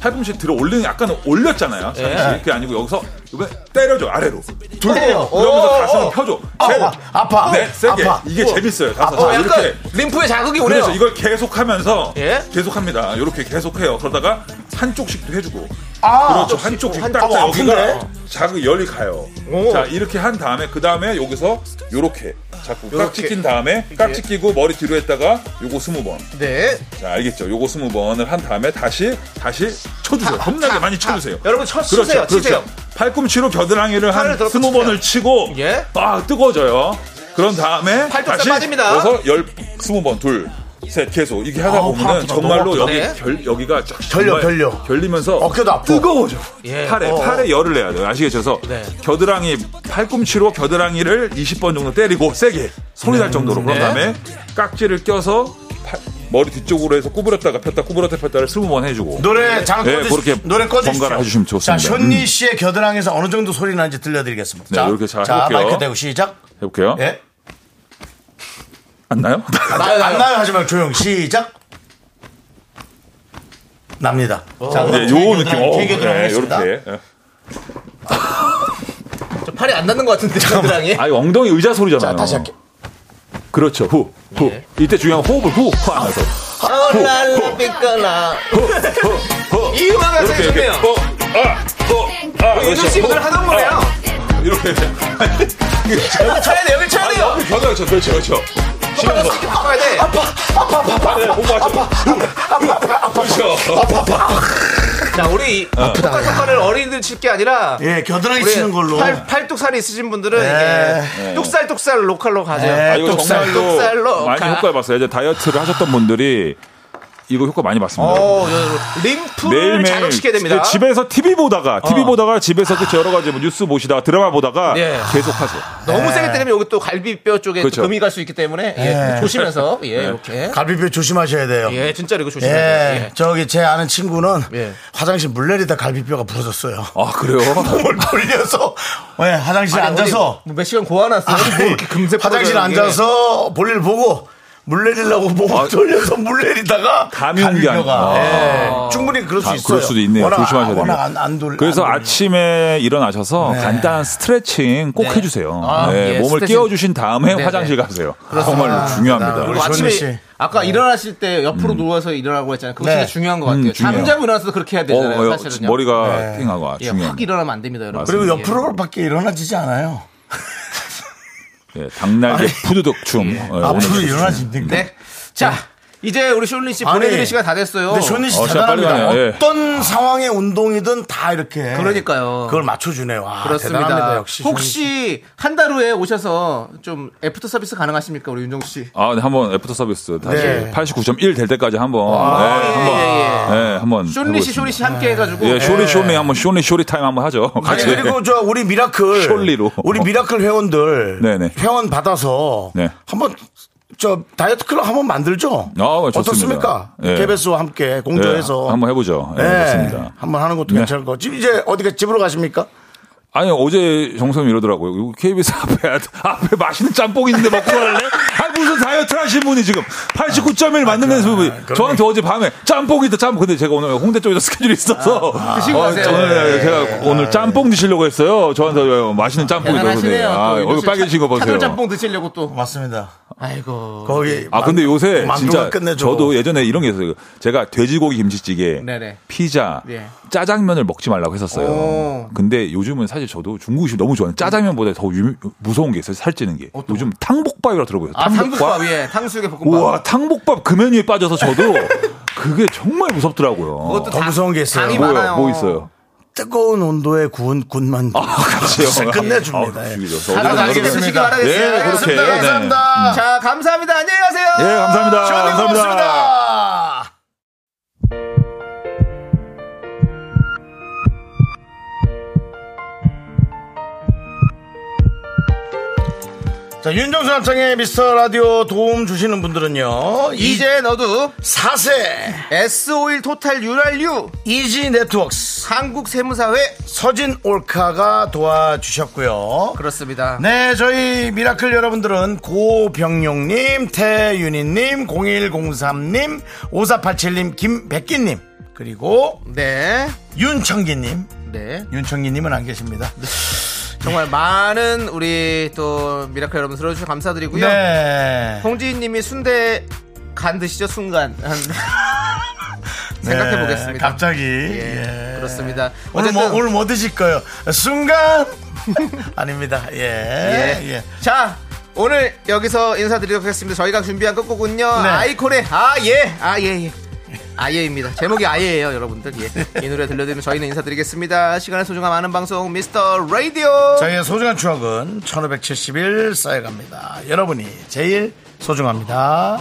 팔꿈치 들어 올리는 약간 올렸잖아요.
네.
사실 그게 아니고 여기서 이번에 때려줘 아래로 들고
때려.
그러면서 가슴을 펴줘. 세고
어, 아파
네 세게
아파
이게 재밌어요. 가서
어,
자,
약간
이렇게
림프에 자극이 오네요.
그래서 이걸 계속하면서
예?
계속합니다. 이렇게 계속해요. 그러다가 한쪽씩도 해주고
아,
그렇죠. 한쪽씩
한쪽,
딱
어,
여기가
아픈데?
자극 열이 가요.
오.
자 이렇게 한 다음에 그 다음에 여기서 요렇게 자꾸 깍지 낀 다음에 깍지 끼고 머리 뒤로 했다가 요거 스무 번.
네.
자 알겠죠? 요거 스무 번을 한 다음에 다시 다시 쳐주세요. 겁나게 많이 쳐주세요.
여러분 쳐 아,
그렇죠,
치세요. 치세요.
팔꿈치로 겨드랑이를
팔을
한
들어
스무 번을 치고
예.
아 뜨거워져요. 그런 다음에
팔뚝살
다시
빠집니다.
여기서 열 스무 번둘셋 계속 이게 하다
아우,
보면은
팔 아프다.
정말로
너무
여기
네.
결, 여기가 쫙
결려,
정말
결려.
결리면서
어깨도 아파
뜨거워져.
예.
팔에
어,
팔에 열을 내야 돼요. 아시겠죠? 그래서
네.
겨드랑이 팔꿈치로 겨드랑이를 20번 정도 때리고 세게 소리 날 정도로 그런
네.
다음에 깍지를 껴서 팔- 머리 뒤쪽으로 해서 구부렸다가 폈다 구부렸다 폈다를 20번 해주고
노래 잠깐
네,
꺼주시-
그렇게
노래 꺼주시죠
번갈아 해주시면 좋습니다. 음.
자 현니 씨의 겨드랑이에서 어느 정도 소리 나는지 들려드리겠습니다
네,
자,
이렇게 잘
자
해볼게요.
마이크 대고 시작
해볼게요.
예.
안 나요?
나요, 나요.
안 나요 하지 말고 조용 시작 납니다 자
[LAUGHS] 네,
아, 저희
요
겨드랑이,
느낌. 어,
제 겨드랑이
네,
했습니다.
요렇게. 예.
저 팔이 안 닿는 것 같은데 겨드랑이.
아, 이거 엉덩이 의자
자
소리잖아요.
다시 할게요
그렇죠. 후, 후.
예. 아,
이때 중요한 호흡을 후, 후 하면서. 어,
아울랄라 삐까라. 이 음악을
이렇게,
제일 좋네요.
이렇게. 어, 아, 어, 아.
윤정 씨 오늘 하던 거예요.
이렇게.
아,
여기 쳐야 돼, 여기 쳐야 돼요.
겨드랑이 그렇죠, 그렇죠, 그렇죠.
똑바로 이렇게 바꿔야 돼.
어. 네, 공부하죠. 그렇죠.
자, 우리
어.
이 똑같은 똑같은 어린이들 칠 게 아니라
예 겨드랑이 치는 걸로
팔, 팔뚝살이 있으신 분들은
네.
이게 뚝살뚝살 로컬로 가죠.
아,
네.
이거
똑살,
정말로
똑살로
많이
가.
효과를 봤어요. 이제 다이어트를 하셨던 분들이 이거 효과 많이 봤습니다.
어, 저- 림프를 자극시켜야 됩니다. 어.
그 집에서 TV 보다가 TV 보다가 집에서 그 여러 가지 뭐 뉴스 보시다가 드라마 보다가
예.
계속 하세요.
너무
네.
세게 때리면 여기 또 갈비뼈 쪽에
그렇죠. 네.
금이 갈 수 있기 때문에
네.
예, 조심해서 예, 이렇게.
갈비뼈 조심하셔야 돼요
예, 진짜로 이거
예,
조심해야 돼요. 예.
저기 제 아는 친구는
예.
화장실 물 내리다 갈비뼈가
[LAUGHS]
부러졌어요.
아 그래요?
몸을 돌려서 예, 화장실에
아니,
앉아서
어디 뭐몇 시간 고아놨어요. 뭐 이렇게 금세
화장실에
부러져요, 이게.
앉아서 볼일 보고 물 내리려고 몸을 돌려서 물 내리다가
감이 온게
갈비뼈가,
아니구나.
예, 충분히 그럴 수
다-
있어요.
그럴 수도 있네요.
워낙,
조심하셔야 됩니다.
워낙 안, 안 돌.
그래서
안 돌리니까.
아침에 일어나셔서 간단한 스트레칭 꼭 해주세요.
아,
네,
예,
몸을
스트레칭.
끼워주신 다음에
네,
화장실
네.
가세요. 정말 중요합니다.
그리고
조현미 씨.
뭐
음.
아침에 아까 일어나실 때 옆으로 누워서 일어나고 했잖아요. 그거
네.
진짜 중요한 것 같아요.
음, 중요해요.
잠자고 일어나서도 그렇게 해야
어,
되잖아요.
어,
네. 사실은요.
머리가 띵하고 아,
예,
중요합니다.
확 일어나면 안 됩니다, 여러분.
그리고
예.
옆으로밖에 일어나지지 않아요.
예, 당날개 푸드덕 춤. 예, 오늘
앞으로
해주시면.
일어나십니까?
네. 자, 이제 우리 쇼린 씨
아니,
보내드릴 시간 다 됐어요.
근데 쇼니 씨
어, 시간 빨리
대단합니다.
가네요. 예.
어떤 상황의 운동이든 다 이렇게.
그러니까요.
그걸 맞춰주네요. 와,
그렇습니다.
대단합니다. 역시.
혹시 한 달 후에 오셔서 좀 애프터 서비스 가능하십니까, 우리 윤정수 씨?
아, 네, 한번 애프터 서비스 다시
네.
89.1 될 때까지 한번 네, 한번 네, 한번
예, 쇼리 씨, 쇼리 씨 함께 해가지고.
예, 쇼리 쇼리 한번 쇼리 쇼리 타임 한번 하죠.
아니
같이.
네,
예,
그리고 저 우리 미라클
네. 셜리로.
우리 미라클 회원들
네네.
회원 받아서
네.
한번 저 다이어트 클럽 한번 만들죠.
아, 좋습니다.
어떻습니까?
예.
KBS와 함께 공조해서 네.
예, 한번 해보죠. 예, 좋습니다.
한번 하는 것도
네.
괜찮을 것 같아요. 지금 이제 어디가 집으로 가십니까?
아니 어제 정선이 이러더라고요. 이거 KBS 앞에 [LAUGHS] 앞에 맛있는 짬뽕 있는데 먹고 갈래? 아 무슨 다이어트 하신 분이 지금 89.1
아,
맞는 분이 저한테 어제 밤에 짬뽕 있다 짬뽕. 근데 제가 오늘 홍대 쪽에서 스케줄이 [LAUGHS] 있어서
아,
드시고 가세요.
저- 네, 제가
예,
오늘 짬뽕 드시려고 했어요. 저한테 예, 맛있는 짬뽕이
대단하시네요.
있거든요. 아,
또 윤정수
얼굴
씨
빨개진 거
차-
보세요.
차돌짬뽕 드시려고 또.
맞습니다.
아이고.
거기
아 근데 요새
만두가
진짜
끝내줘.
저도 예전에 이런 게 있어요. 제가 돼지고기 김치찌개,
네네.
피자,
예.
짜장면을 먹지 말라고 했었어요.
오.
근데 요즘은 사실 저도 중국식 너무 좋아해요. 짜장면보다 더 유- 무서운 게 있어요. 살찌는 게. 요즘 탕복밥이라 들어보세요.
아, 탕국밥, 예. 탕수육에 볶음밥.
우와, 탕복밥 금연 위에 빠져서 저도 그게 정말 무섭더라고요.
그것도
더
당-
무서운 게 있어요.
당이
뭐요?
많아요.
뭐 있어요?
뜨거운 온도에 구운
[LAUGHS]
군만두.
그렇죠.
끝내줍니다.
아,
예.
죽이죠.
다
어디든
맛있게
가서-
드시기 바라겠습니다.
예, 그렇게.
알겠습니다.
네.
감사합니다.
자, 감사합니다. 안녕히 가세요.
예, 감사합니다. 감사합니다.
감사합니다. 자, 윤정수 남창의 미스터 라디오 도움 주시는 분들은요. 이제
이제 너도
4세
S5일 토탈 유랄유
이지 네트워크스
한국 세무사회
서진 올카가 도와주셨고요.
그렇습니다.
네, 저희 미라클 여러분들은 고병용님, 태윤희님, 0103님, 5487님, 김백기님, 그리고
네.
윤청기님.
네.
윤청기님은 안 계십니다.
정말 많은 우리 또 미라클 여러분 들어주셔서 감사드리고요.
네.
홍지인 님이 순대 간 드시죠, 순간. [LAUGHS] 네. 생각해 보겠습니다.
갑자기.
예,
예.
그렇습니다.
오늘
어쨌든
뭐, 오늘 뭐 드실 거예요? 순간! [LAUGHS] 아닙니다. 예.
예.
예.
자, 오늘 여기서 인사드리도록 하겠습니다. 저희가 준비한 끝곡은요.
네.
아이콜의 아 예. 아 예. 예. 아예입니다. 제목이 아예예요, 여러분들. 예. 이 노래 들려드리면 저희는 인사드리겠습니다. 시간의 소중함 아는 방송 미스터 라디오.
저희의 소중한 추억은 1571 쌓여갑니다. 여러분이 제일 소중합니다.